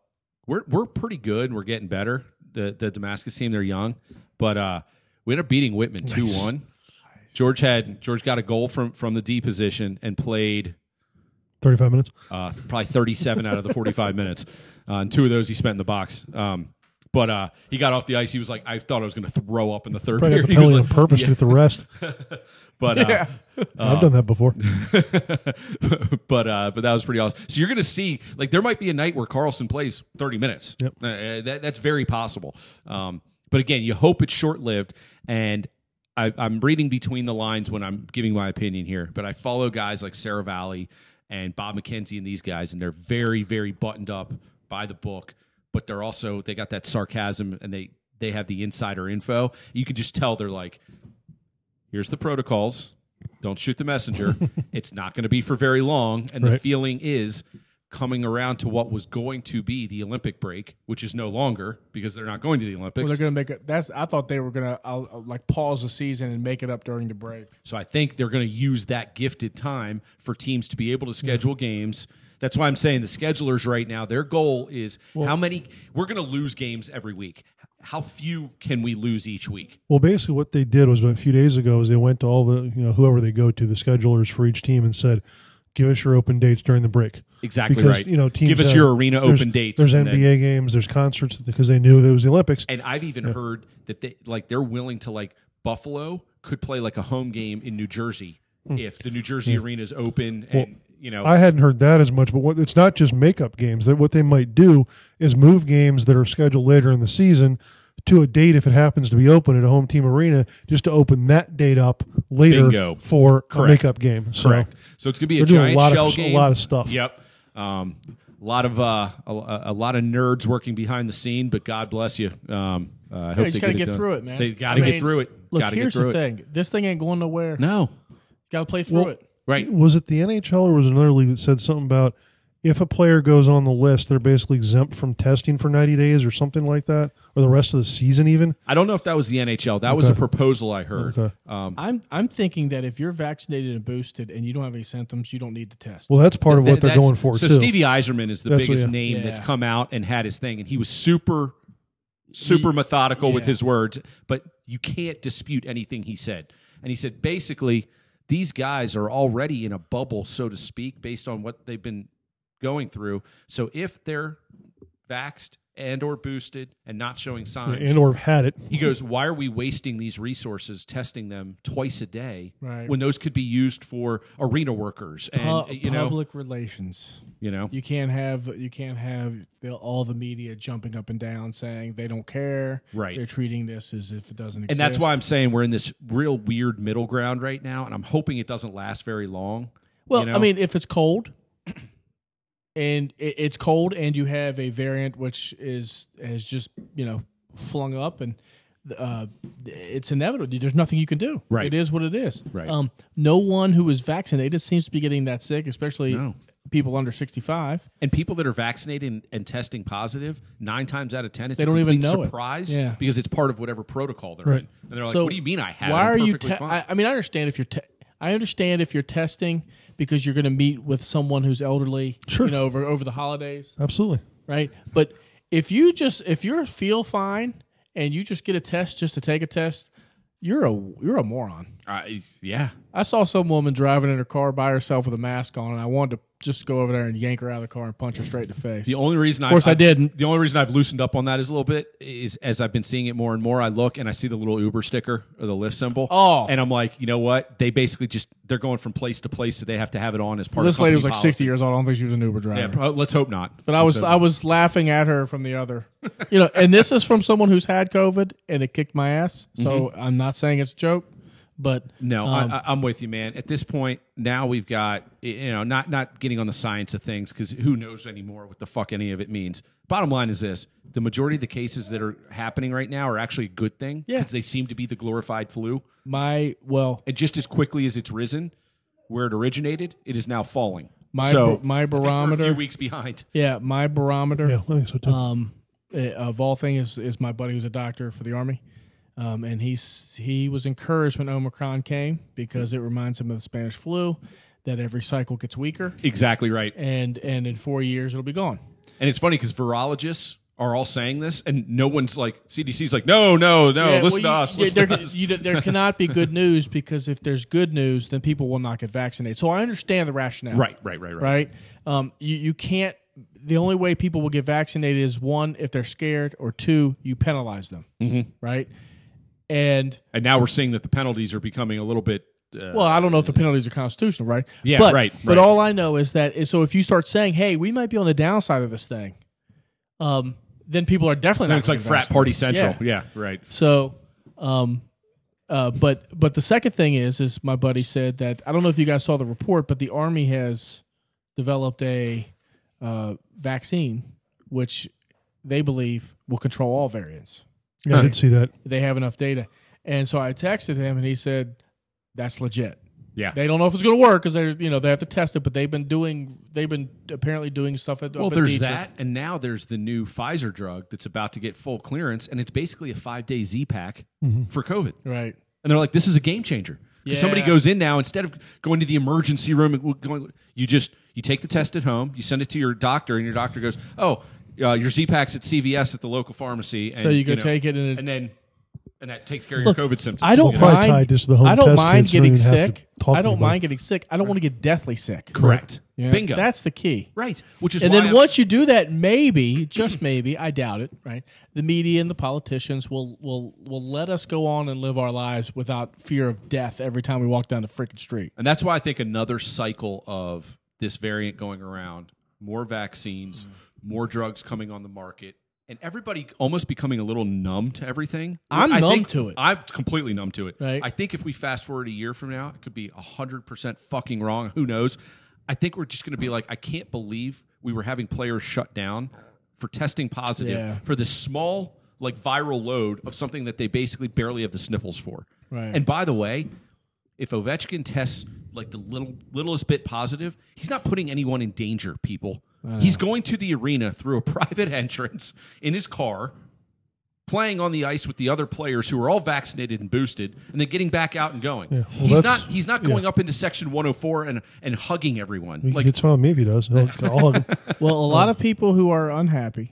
we're we're pretty good. and We're getting better. The the Damascus team, they're young, but uh, we ended up beating Whitman two one. George had George got a goal from from the D position and played thirty-five minutes. uh, probably 37 out of the 45 minutes. Uh, and two of those he spent in the box. Um, but uh, he got off the ice. He was like, I thought I was going to throw up in the third Probably period. got the He was penalty on like- purpose to get the rest. but uh, I've done that before. but uh, but that was pretty awesome. So you're going to see like there might be a night where Carlson plays 30 minutes. Yep. Uh, uh, that, that's very possible. Um, but again, you hope it's short lived. And I, I'm reading between the lines when I'm giving my opinion here. But I follow guys like Sarah Valley and Bob McKenzie and these guys, and they're very very buttoned up by the book. But they're also they got that sarcasm and they they have the insider info. You can just tell they're like here's the protocols. Don't shoot the messenger. it's not going to be for very long. And the Right. feeling is coming around to what was going to be the Olympic break, which is no longer because they're not going to the Olympics. Well, they're gonna make it. That's I thought they were gonna uh, uh, like pause the season and make it up during the break. so I think they're going to use that gifted time for teams to be able to schedule games. That's why I'm saying the schedulers right now, their goal is how many, we're going to lose games every week. how few can we lose each week? Well, basically, what they did was a few days ago is they went to all the you know whoever they go to the schedulers for each team and said, "Give us your open dates during the break." Exactly because right. you know teams Give us have- your arena there's- open dates. There's and NBA then- games, there's concerts because they knew there was the Olympics. And I've even heard that they like they're willing to like Buffalo could play like a home game in New Jersey if the New Jersey arena is open and you know Hmm. I hadn't heard that as much, but what, it's not just makeup games. That what they might do is move games that are scheduled later in the season to a date if it happens to be open at a home team arena, just to open that date up later Bingo. for a Correct. makeup game. So, correct. So it's gonna be a They're doing a giant lot of- shell a game. lot of stuff. Yep. Um, a lot of uh, a, a lot of nerds working behind the scene, but God bless you. Um, uh, I hope just they gotta get, get done. through it, man. They got I to get mean, through it. Look, gotta here's get through the thing. This thing ain't going nowhere. It. No, Got to play through it. right? Was it the NHL or was it another league that said something about if a player goes on the list, they're basically exempt from testing for 90 days or something like that, or the rest of the season even? I don't know if that was the NHL. That was a proposal I heard. Okay. Um, I'm I'm thinking that if you're vaccinated and boosted and you don't have any symptoms, you don't need to test. Well, that's part of Th- what they're that's- going for So too. Stevie Eiserman is the That's what- biggest yeah. name that's Yeah. come out and had his thing, and he was super, super methodical with yeah. his words. But you can't dispute anything he said. And he said basically, these guys are already in a bubble, so to speak, based on what they've been going through. So if they're vaxxed and or boosted and not showing signs, and or had it. he goes, Why are we wasting these resources testing them twice a day Right. when those could be used for arena workers and Pu- you know public relations. you know You can't have you can't have the, all the media jumping up and down saying they don't care. Right. They're treating this as if it doesn't exist. And that's why I'm saying we're in this real weird middle ground right now, and I'm hoping it doesn't last very long. Well, you know? I mean, if it's cold, and it, it's cold, and you have a variant which is has just you know flung up, and uh, it's inevitable. There's nothing you can do. Right. It is what it is. Right. Um, no one who is vaccinated seems to be getting that sick, especially No. people under 65. and people that are vaccinated and, and testing positive, nine times out of ten, it's They a don't even complete know it. surprise Yeah. because it's part of whatever protocol they're in. And they're like, "What do you mean I have? Why it? I'm are you? perfectly te- fine." I, I mean, I understand if you're. Te- I understand if you're testing because you're going to meet with someone who's elderly, Sure. you know, over over the holidays. Absolutely. right? But if you just if you feel fine and you just get a test just to take a test, you're a you're a moron. I- yeah, I saw some woman driving in her car by herself with a mask on, and I wanted to just go over there and yank her out of the car and punch her straight in the face. The only reason, of course I I've, didn't. The only reason I've loosened up on that is a little bit is as I've been seeing it more and more. I look and I see the little Uber sticker or the Lyft symbol. Oh. and I'm like, you know what? They basically just they're going from place to place, so they have to have it on as part. of this lady was like company policy. sixty years old. I don't think she was an Uber driver. Yeah, pro- let's hope not. but I was I was laughing at her from the other, you know. And this is from someone who's had COVID and it kicked my ass. So I'm not saying it's a joke, but Mm-hmm. No, Um, I I, I'm with you, man. At this point, now we've got y- you know not not getting on the science of things because who knows anymore what the fuck any of it means. Bottom line is this: the majority of the cases that are happening right now are actually a good thing Yeah. they seem to be the glorified flu. my well, And just as quickly as it's risen, where it originated, it is now falling. my so bar- my we're a barometer, few weeks behind. yeah, my barometer. Yeah, I think so too. um, uh, of all things, is, is my buddy who's a doctor for the army, um, and he's he was encouraged when Omicron came because it reminds him of the Spanish flu, that every cycle gets weaker, Exactly right. and and in four years it'll be gone. And it's funny because virologists are all saying this, and no one's like CDC's like, no, no, no, Yeah, Oh, listen well, to you- us. yeah, listen there, to us. you- there cannot be good news because if there's good news, then people will not get vaccinated. So I understand the rationale. Right, right, right, right. right? Um, you you can't. The only way people will get vaccinated is one if they're scared, or two you penalize them, mm-hmm. right? And And now we're seeing that the penalties are becoming a little bit. Uh, well, I don't know if the penalties are constitutional, right? Yeah, but, right, But right. all I know is that so if you start saying, "Hey, we might be on the downside of this thing," um, then people are definitely. and not it's like gonna frat invest. party central. Yeah. Yeah, right. So, um, uh, but but the second thing is, is my buddy said that I don't know if you guys saw the report, but the army has developed a uh, vaccine which they believe will control all variants. yeah, I did see that. They have enough data, and so I texted him, and he said, "That's legit." Yeah. They don't know if it's going to work because they're you know they have to test it, but they've been doing they've been apparently doing stuff at well, up at there's Dietrich. that, and now there's the new Pfizer drug that's about to get full clearance, and it's basically a five day Z pack for COVID. right. and they're like, "This is a game changer." 'Cause Somebody Mm-hmm. Yeah. goes in now instead of going to the emergency room. and Going, you just you take the test at home, you send it to your doctor, and your doctor goes, "Oh, uh, your Z packs at CVS at the local pharmacy. And, So you go know, take it and it- and then and that takes care of Look, your COVID symptoms. I don't you know? Probably mind. tied this to the home I don't test mind kits, so we getting didn't have to sick. talk I to don't them about mind getting sick. I don't want to get deathly sick. Correct. You know, Bingo. That's the key. right. Which is And why then I'm- once you do that, maybe, just maybe, I doubt it, right? The media and the politicians will will will let us go on and live our lives without fear of death every time we walk down the freaking street. And that's why I think another cycle of this variant going around, more vaccines, Mm-hmm. more drugs coming on the market, and everybody almost becoming a little numb to everything. I'm numb think- to it. I'm completely numb to it. Right. I think if we fast forward a year from now, it could be 100% fucking wrong. Who knows? I think we're just going to be like, I can't believe we were having players shut down for testing positive Yeah. for this small, like, viral load of something that they basically barely have the sniffles for. Right. And by the way, if Ovechkin tests like the little littlest bit positive, he's not putting anyone in danger, people. He's going to the arena through a private entrance in his car, playing on the ice with the other players who are all vaccinated and boosted, and then getting back out and going. well, he's that's- not he's not going up into section 104 and and hugging everyone. He Like gets fine with me if he does. Oh, I'll, I'll hug him. Well, a Oh. lot of people who are unhappy,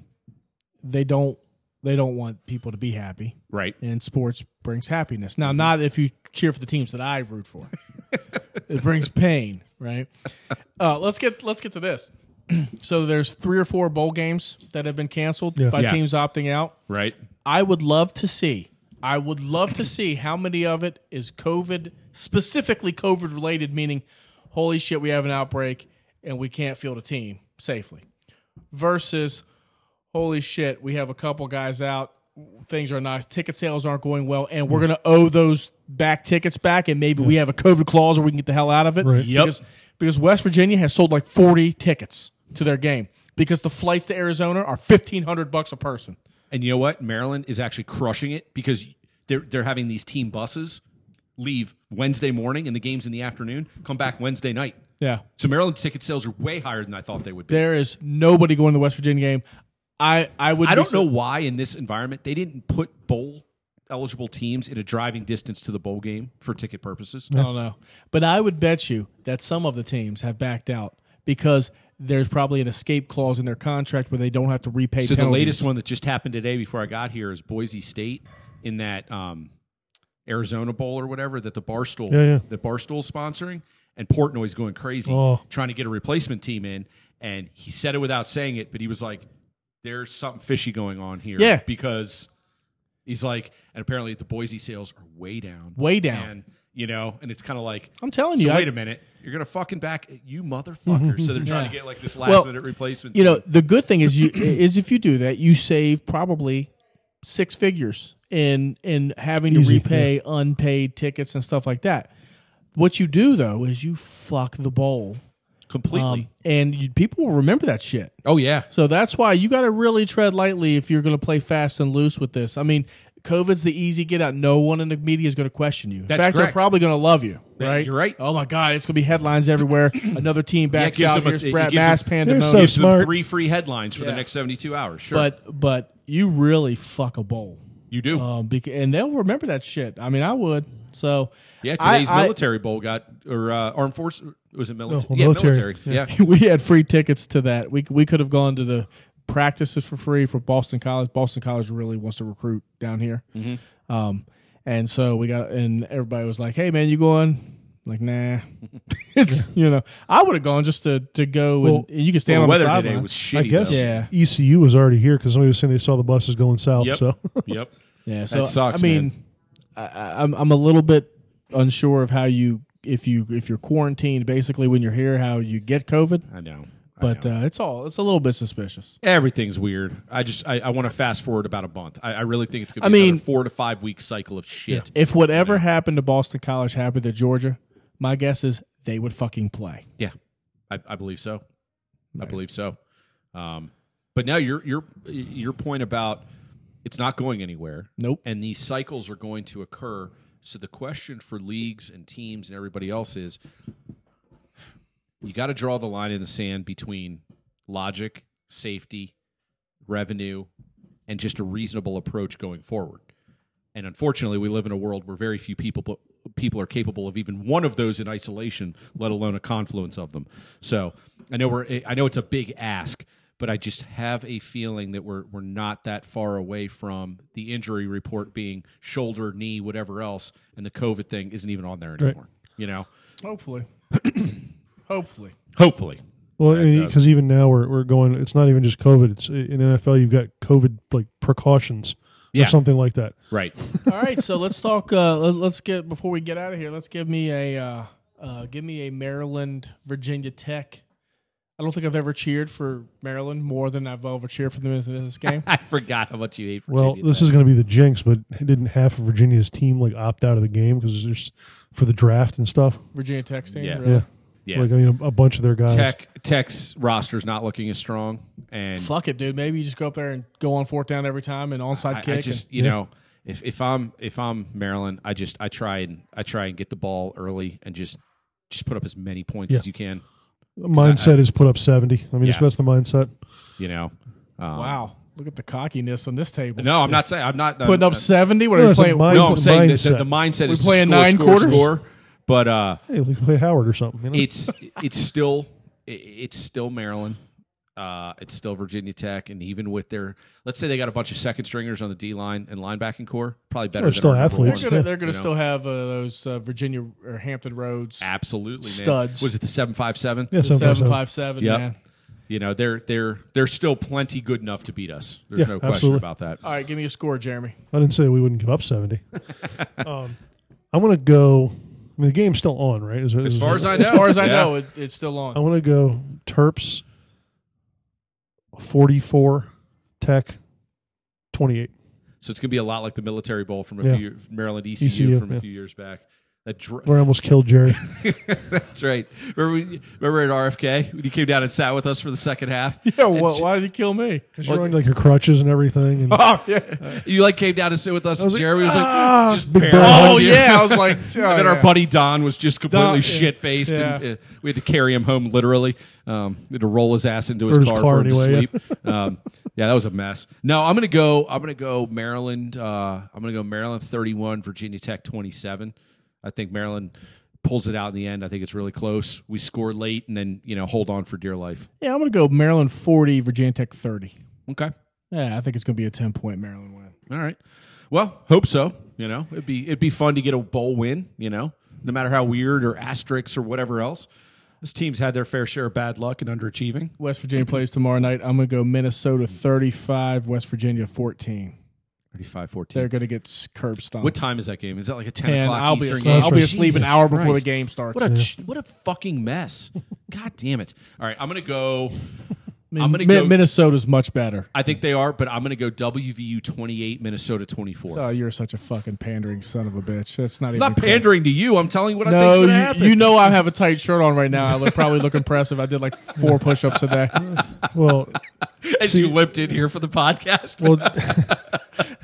they don't they don't want people to be happy. right. And sports brings happiness. Mm-hmm. Now, not if you cheer for the teams that I root for. it brings pain, right? Uh, let's get let's get to this. so there's three or four bowl games that have been canceled by Yeah. teams opting out. Right. I would love to see. I would love to see how many of it is COVID, specifically COVID related, meaning, holy shit, we have an outbreak and we can't field a team safely, versus, holy shit, we have a couple guys out, things are not, ticket sales aren't going well, and we're going to owe those back tickets back, and maybe we have a COVID clause or we can get the hell out of it. Right. Yep. Because, because West Virginia has sold like 40 tickets to their game because the flights to Arizona are 1500 bucks a person. And you know what? Maryland is actually crushing it because they're they're having these team buses leave Wednesday morning and the games in the afternoon, come back Wednesday night. Yeah. So Maryland ticket sales are way higher than I thought they would be. There is nobody going to the West Virginia game. I I would. I be don't so- know why in this environment they didn't put bowl eligible teams in a driving distance to the bowl game for ticket purposes. I don't know, but I would bet you that some of the teams have backed out because there's probably an escape clause in their contract where they don't have to repay. So the penalties. latest one that just happened today before I got here is Boise State in that um, Arizona Bowl or whatever that the Barstool Yeah, yeah. the Barstool's sponsoring, and Portnoy's going crazy Oh. trying to get a replacement team in, and he said it without saying it, but he was like, "There's something fishy going on here." Yeah. because he's like, and apparently the Boise sales are way down, Way down. and you know, and it's kind of like I'm telling so you, I- wait a minute. You're gonna fucking back you motherfuckers. so they're trying to Yeah. get like this last Well, minute replacement. You know, team. the good thing is you is if you do that, you save probably six figures in in having to Easy, repay unpaid tickets and stuff like that. What you do though is you fuck the bowl, completely. um, and you, people will remember that shit. oh yeah, So that's why you got to really tread lightly if you're going to play fast and loose with this. I mean, COVID's the easy get out. No one in the media is going to question you. In That's fact, they're correct. probably going to love you. Yeah, Right? you're right. Oh my God, it's going to be headlines everywhere. Another team backs gives out. them a- Here's it Brad gives Mass them- pandemonium. They're so gives them smart. three free headlines for Yeah. the next 72 hours. Sure. but but you really fuck a bowl, you do. um, bec- and they'll remember that shit. I mean, I would. So yeah, I- today's I- military bowl got, or uh, armed force, was it military? well, yeah, military. military. Yeah. we had free tickets to that. We we could have gone to the practices for free for Boston College. Boston College really wants to recruit down here, Mm-hmm. um, and so we got and everybody was like, "Hey man, you going?" Like nah, it's you know I would have gone just to to go Well, and, and you can The stand on the weather today sidelines. was shitty. I guess though. Yeah. ECU was already here because somebody was saying they saw the buses going south. Yep. So yep. yeah, so That I sucks, mean, I, I- I'm I'm a little bit unsure of how you if you if you're quarantined basically when you're here how you get COVID, I know. I but know. uh, it's all it's a little bit suspicious. everything's weird. I just, I, I want to fast forward about a month. I, I really think it's going I to be mean- another four to five week cycle of shit. If whatever happened to Boston College happened to Georgia, my guess is they would fucking play. Yeah, I, I believe so. I believe so. Um, but now your your your point about it's not going anywhere. Nope. And these cycles are going to occur. So the question for leagues and teams and everybody else is, you got to draw the line in the sand between logic, safety, revenue, and just a reasonable approach going forward. And unfortunately, we live in a world where very few people people are capable of even one of those in isolation, let alone a confluence of them. So I know we're I know it's a big ask, but I just have a feeling that we're we're not that far away from the injury report being shoulder, knee, whatever else, and the COVID thing isn't even on there anymore. You know, Hopefully. Hopefully. hopefully. Well, because even now we're, we're going. It's not even just COVID. It's in NFL. You've got COVID like precautions Yeah. or something like that. Right. All right, so let's talk. Uh, let- let's get before we get out of here. Let's give me a uh, uh, give me a Maryland Virginia Tech. I don't think I've ever cheered for Maryland more than I've ever cheered for them in this game. I forgot how much you hate. Well, Virginia this Tech. is going to be the jinx, but didn't half of Virginia's team like opt out of the game because there's for the draft and stuff? Virginia Tech team, Yeah. really? Yeah. Yeah. Like I mean, a, a bunch of their guys. Tech Tech's roster's not looking as strong, and Fuck it, dude. Maybe you just go up there and go on fourth down every time and onside I, kick. I just you know if, if I'm if I'm Maryland, I just I try and I try and get the ball early and just just put up as many points as you can. mindset is put up seventy. I mean, Yeah. it's that's the mindset. You know. Um, and, wow, look at the cockiness on this table. No, I'm not saying I'm not Putting I'm, up seventy. What are No, we it's a playing? mind- No, I'm saying that the, mindset. the mindset is to playing score, nine score, quarters? score, but uh, Hey, we can play Howard or something. You know? it's it's still it- it's still Maryland. Uh, it's still Virginia Tech, and even with their, let's say they got a bunch of second stringers on the D line and linebacking core, probably better. They're than still our number one. They're athletes. gonna, they're gonna You know. still have uh, those uh, Virginia or Hampton Roads Ah. Absolutely, man. Studs. Was it the seven five seven? yeah, sometimes seven so. five seven. Yep. Man. You know, they're they're they're still plenty good enough to beat us. There's Yeah, no question absolutely. about that. All right, give me a score, Jeremy. I didn't say we wouldn't give up seventy. um, I'm going to go. I mean, the game's still on, right? Is- As is- far as I know, As far as I Yeah. know, it, it's still on. I want to go Terps 44, Tech 28. so it's gonna be a lot like the Military Bowl from a Yeah. few Maryland ECU, ECU, from a yeah. few years back. That dr- Where I almost killed Jerry. That's right. Remember, we, remember at RFK when you came down and sat with us for the second half. Yeah, And wha- J- why did you kill me? Because you're on like your crutches and everything. And Oh yeah, You like came down to sit with us. and like, Jerry was like, "Ah, just big barreling boy." oh you. yeah. I was like, oh, And then yeah. our buddy Don was just completely Don- shit faced, Yeah. and uh, we had to carry him home literally. Um, we had to roll his ass into his, Or his car, car for him anyway, to sleep. um, yeah, that was a mess. No, I'm gonna go. I'm gonna go Maryland. Uh, I'm gonna go Maryland 31, Virginia Tech 27. I think Maryland pulls it out in the end. I think it's really close. We score late and then you know hold on for dear life. Yeah, I'm gonna go Maryland 40, Virginia Tech 30. Okay. Yeah, I think it's gonna be a 10 point Maryland win. All right. Well, hope so. You know, it'd be it'd be fun to get a bowl win. You know, no matter how weird or asterisks or whatever else, this team's had their fair share of bad luck and underachieving. West Virginia plays tomorrow night. I'm gonna go Minnesota 35, West Virginia 14. 35-14. They're gonna get s- curb stomped. What time is that game? Is that like a ten and o'clock I'll be Eastern asleep, game? I'll be asleep an Jesus hour before Christ. the game starts. What a ch- what a fucking mess! God damn it! All right, I'm gonna go. I mean, I'm gonna Mi- go- Minnesota's much better. I think they are, but I'm gonna go WVU 28, Minnesota 24. Oh, you're such a fucking pandering son of a bitch. That's not even. I'm not close. pandering to you. I'm telling you what I think's No, gonna you, happen. you know I have a tight shirt on right now. I look probably look impressive. I did like four push-ups today. well, as you limped in here for the podcast. well,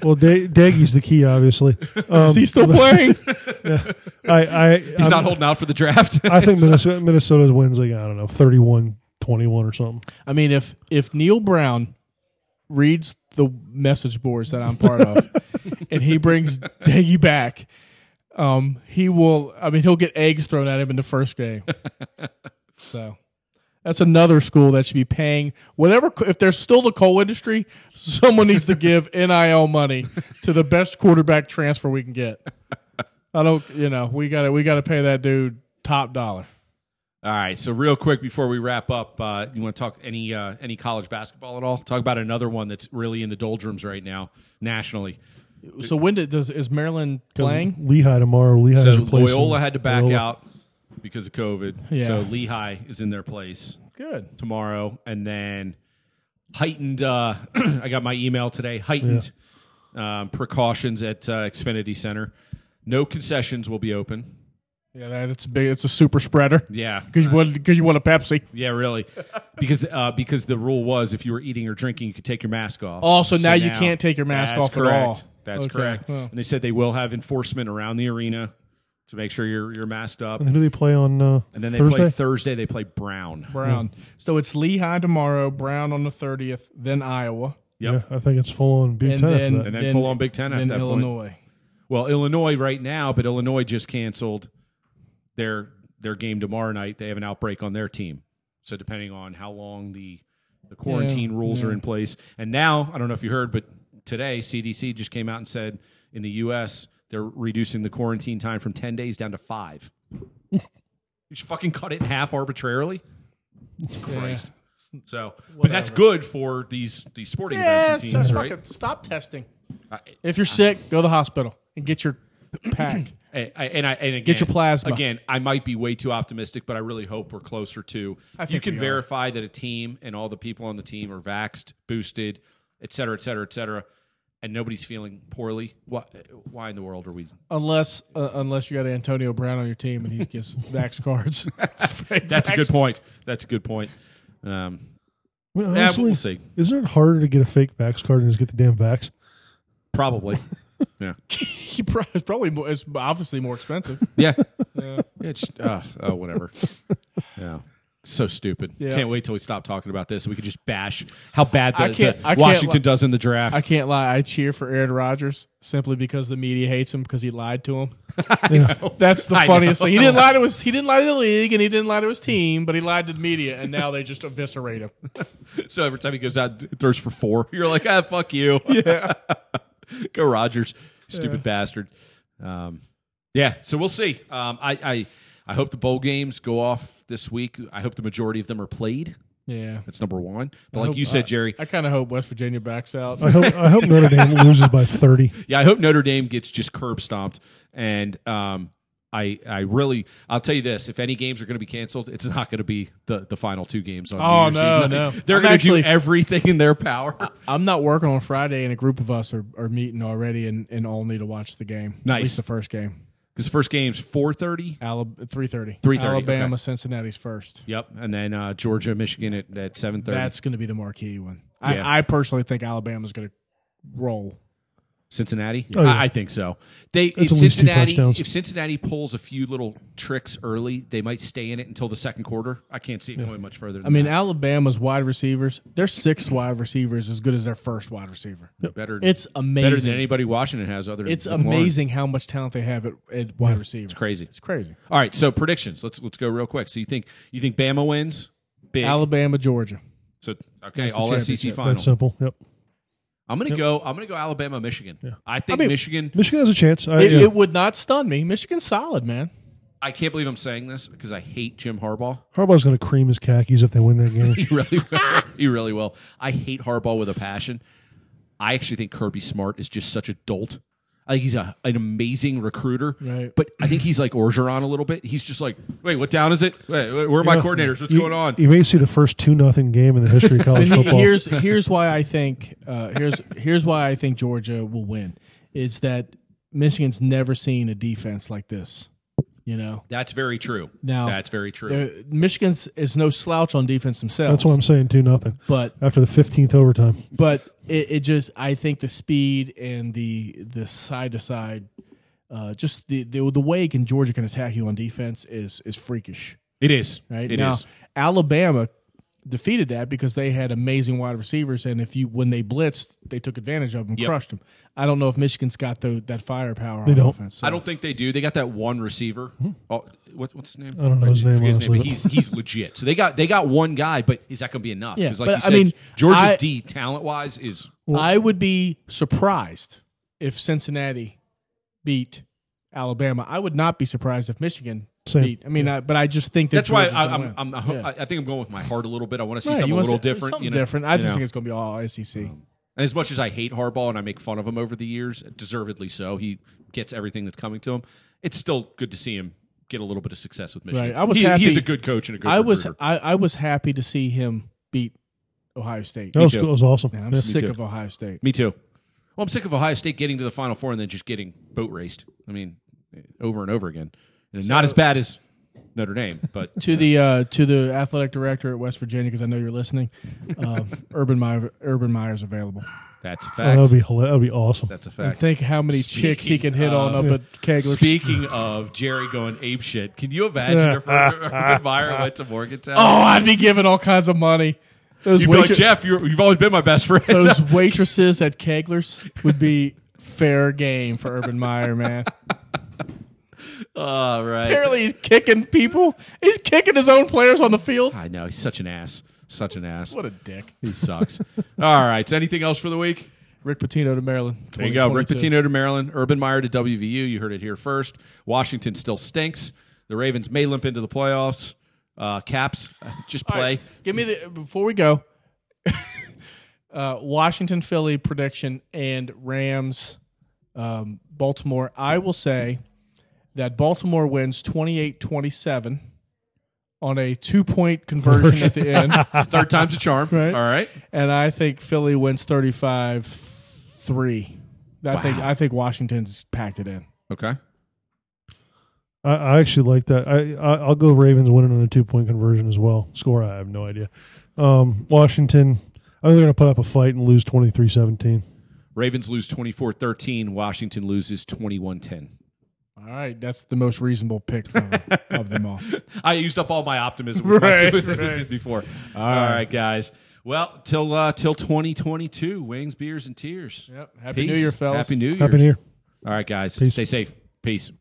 well, da- Daggy's the key, obviously. Um, Is he still playing? I, I, He's I'm- not holding out for the draft. I think Minnesota, Minnesota wins like, I don't know, 31 21 or something. I mean, if if Neil Brown reads the message boards that I'm part of, and he brings Daggy back, um, he will. I mean, he'll get eggs thrown at him in the first game. so. That's another school that should be paying whatever. If there's still the coal industry, someone needs to give NIL money to the best quarterback transfer we can get. I don't, you know, we got to we got to pay that dude top dollar. All right. So real quick before we wrap up, uh, you want to talk any uh, any college basketball at all? Talk about another one that's really in the doldrums right now nationally. So when did, does is Maryland playing? Lehigh tomorrow. Lehigh's So replacing Loyola had to back Loyola. out because of COVID. Yeah. So Lehigh is in their place Good. tomorrow, and then heightened. Uh, I got my email today. Heightened um, precautions at uh, Xfinity Center. No concessions will be open. Yeah, that, it's big. It's a super spreader Yeah, because you want because you want a Pepsi. Yeah, really, because uh, because the rule was if you were eating or drinking, you could take your mask off. Oh, so now you can't take your mask that's off at correct. all. That's Okay, correct. well. And they said they will have enforcement around the arena to make sure you're you're masked up. And who do they play on uh, And then they Thursday? play Thursday. They play Brown. Brown. So it's Lehigh tomorrow, Brown on the thirtieth, then Iowa, Yep. Yeah, I think it's full on Big And Ten. after then- that. And then, Then- full on Big Ten at then that point. Illinois. Well, Illinois right now, but Illinois just canceled their their game tomorrow night. They have an outbreak on their team, so depending on how long the The quarantine rules are in place. And now, I don't know if you heard, but today CDC just came out and said in the US they're reducing the quarantine time from 10 days down to 5. you just fucking cut it in half arbitrarily. Christ. So, but that's good for these these sporting events and teams, right? stop testing. if you're sick, go to the hospital and get your pack. And, I- and I and again, your plasma. Again, I might be way too optimistic, but I really hope we're closer to. you think can we are. verify that a team and all the people on the team are vaxxed, boosted, et cetera, et cetera, et cetera, and nobody's feeling poorly. Why, why in the world are we? unless uh, unless you got Antonio Brown on your team and he gets vax cards. That's a good point. That's a good point. Um, I mean, yeah, honestly, we'll see. isn't it harder to get a fake vax card than just get the damn vax? Probably. yeah. He pro- it's probably more, it's obviously more expensive. Yeah. It's uh, oh whatever. Yeah. So stupid. Yeah. Can't wait till we stop talking about this. We could just bash how bad the, I can't- the I can't Washington li- does in the draft. I can't lie. I cheer for Aaron Rodgers simply because the media hates him because he lied to him. That's the I funniest know. thing. He didn't lie to his. He didn't lie to the league and he didn't lie to his team, but he lied to the media, and now they just eviscerate him. So every time he goes out, throws for four. You're like, ah, fuck you. Yeah. Go Rogers, stupid bastard. Um, yeah. So we'll see. Um, I, I I hope the bowl games go off this week. I hope the majority of them are played. Yeah. That's number one. I But like hope- you said, Jerry, I kind of hope West Virginia backs out. I hope, I hope Notre Dame loses by 30. yeah, I hope Notre Dame gets just curb stomped. And um, I I really I'll tell you this: if any games are going to be canceled, it's not going to be the the final two games on. Oh, New Year's no, Eve. no. They're I'm going to do actually- everything in their power. I'm not working on Friday, and a group of us are, are meeting already, and, and all need to watch the game. Nice. At least the first game. Because first game's four thirty. Alab- 3.30. 3:30, Alabama, okay. Cincinnati's first. Yep, and then uh, Georgia, Michigan at, at seven thirty. That's going to be the marquee one. Yeah. I, I personally think Alabama's going to roll. Cincinnati, Oh, yeah. I, I think so. They That's if at least two Cincinnati touchdowns. if Cincinnati pulls a few little tricks early, they might stay in it until the second quarter. I can't see it going much further. Than I mean, that. Alabama's wide receivers, their sixth wide receiver is as good as their first wide receiver. better It's better than amazing. anybody Washington has. Other than it's McLaurin. amazing how much talent they have at, at wide receiver. It's crazy. It's crazy. All right, so predictions. Let's let's go real quick. So you think you think Bama wins? Big. Alabama, Georgia. so okay, the all SEC championship. final. That's simple. Yep. I'm gonna go. I'm gonna go Alabama, Michigan. I I think mean- Michigan. Michigan has a chance. I, It, yeah. it would not stun me. Michigan's solid, man. I can't believe I'm saying this because I hate Jim Harbaugh. Harbaugh's going to cream his khakis if they win that game. He really will. he really will. I hate Harbaugh with a passion. I actually think Kirby Smart is just such a dolt. I think he's a, an amazing recruiter, Right. but I think he's like Orgeron a little bit. He's just like, wait, what down is it? Wait, wait, where are my coordinators? What's You- going on? You may see the first two nothing game in the history of college He- football. here's here's why I think uh, here's here's why I think Georgia will win. Is that Michigan's never seen a defense like this. You know, That's very true. Now- That's very true. Uh, Michigan's is no slouch on defense themselves. That's what I'm saying. Two nothing but after the 15th overtime. but it, it just I think the speed and the the side to side, uh, just the, the the way can Georgia can attack you on defense is is freakish. it is. Right It now, is. Alabama defeated that because they had amazing wide receivers, and if you when they blitzed, they took advantage of them, Yep. crushed them. I don't know if Michigan's got the, that firepower They on don't. offense. so- I don't think they do. They got that one receiver. Oh, what, what's his name? I don't know his name, forget honestly, but but- he's he's legit. So they got they got one guy, but is that going to be enough? Yeah, Because like but you I said, mean, Georgia's I- D talent wise is I would be surprised if Cincinnati beat Alabama. I would not be surprised if Michigan Same. beat. I mean, I, but I just think that That's why Georgia's I, gonna I'm, win. I'm, i Yeah. I think I'm going with my heart a little bit. I want to see Right, something you a wanna little see- different. Something you know? Um, different. I You just know? think it's going to be all E SEC. And as much as I hate Harbaugh and I make fun of him over the years, deservedly so, he gets everything that's coming to him. It's still good to see him get a little bit of success with Michigan. Right, I was He- happy- He's a good coach and a good. I was recruiter. I, I was happy to see him beat Ohio State. That was, too. that was awesome. Man, I'm Yeah. sick too. of Ohio State. Me too. Well, I'm sick of Ohio State getting to the Final Four and then just getting boat raced. I mean, over and over again. And not as bad as Notre Dame, but to the uh, to the athletic director at West Virginia because I know you're listening. Um, Urban Meyer, Urban Meyer's available. that's a Oh, that fact. would be hila- that would be awesome. that's a And fact. think how many chicks he Speaking can hit on up of- at Kegler's. Speaking of Jerry going ape shit, can you imagine if Urban Meyer went to Morgantown? Oh, I'd be giving all kinds of money. Those, You'd be like, waitre- Jeff, you're, you've always been my best friend. those waitresses at Kegler's would be fair game for Urban Meyer, man. All right. Apparently, he's kicking people. He's kicking his own players on the field. I know. He's such an ass. Such an ass. What a dick. He sucks. All right. So anything else for the week? Rick Pitino to Maryland. There you go. Rick 2022. Pitino to Maryland. Urban Meyer to WVU. You heard it here first. Washington still stinks. The Ravens may limp into the playoffs. Uh, Caps, uh, just All play. right, Give me the before we go. uh, Washington Philly prediction and Rams um, Baltimore. I will say that Baltimore wins 28-27 on a two-point conversion at the end, Third time's a charm. Right. All right. and I think Philly wins 35-3. I think I think Washington's packed it in. Okay. I, I actually like that. I, I I'll go Ravens winning on a two point conversion as well. Score I have no idea. Um, Washington, I think they're going to put up a fight and lose 23-17. Ravens lose 24 13. Washington loses 21 10. All right, that's the most reasonable pick of, of them all. I used up all my optimism with my- Right, before. all right, guys. Well, till uh, till 2022, wings, beers, and tears. Yep. Happy New Peace. Year, fellas. Happy New Year. Happy New Year. All right, guys. Stay safe. Peace.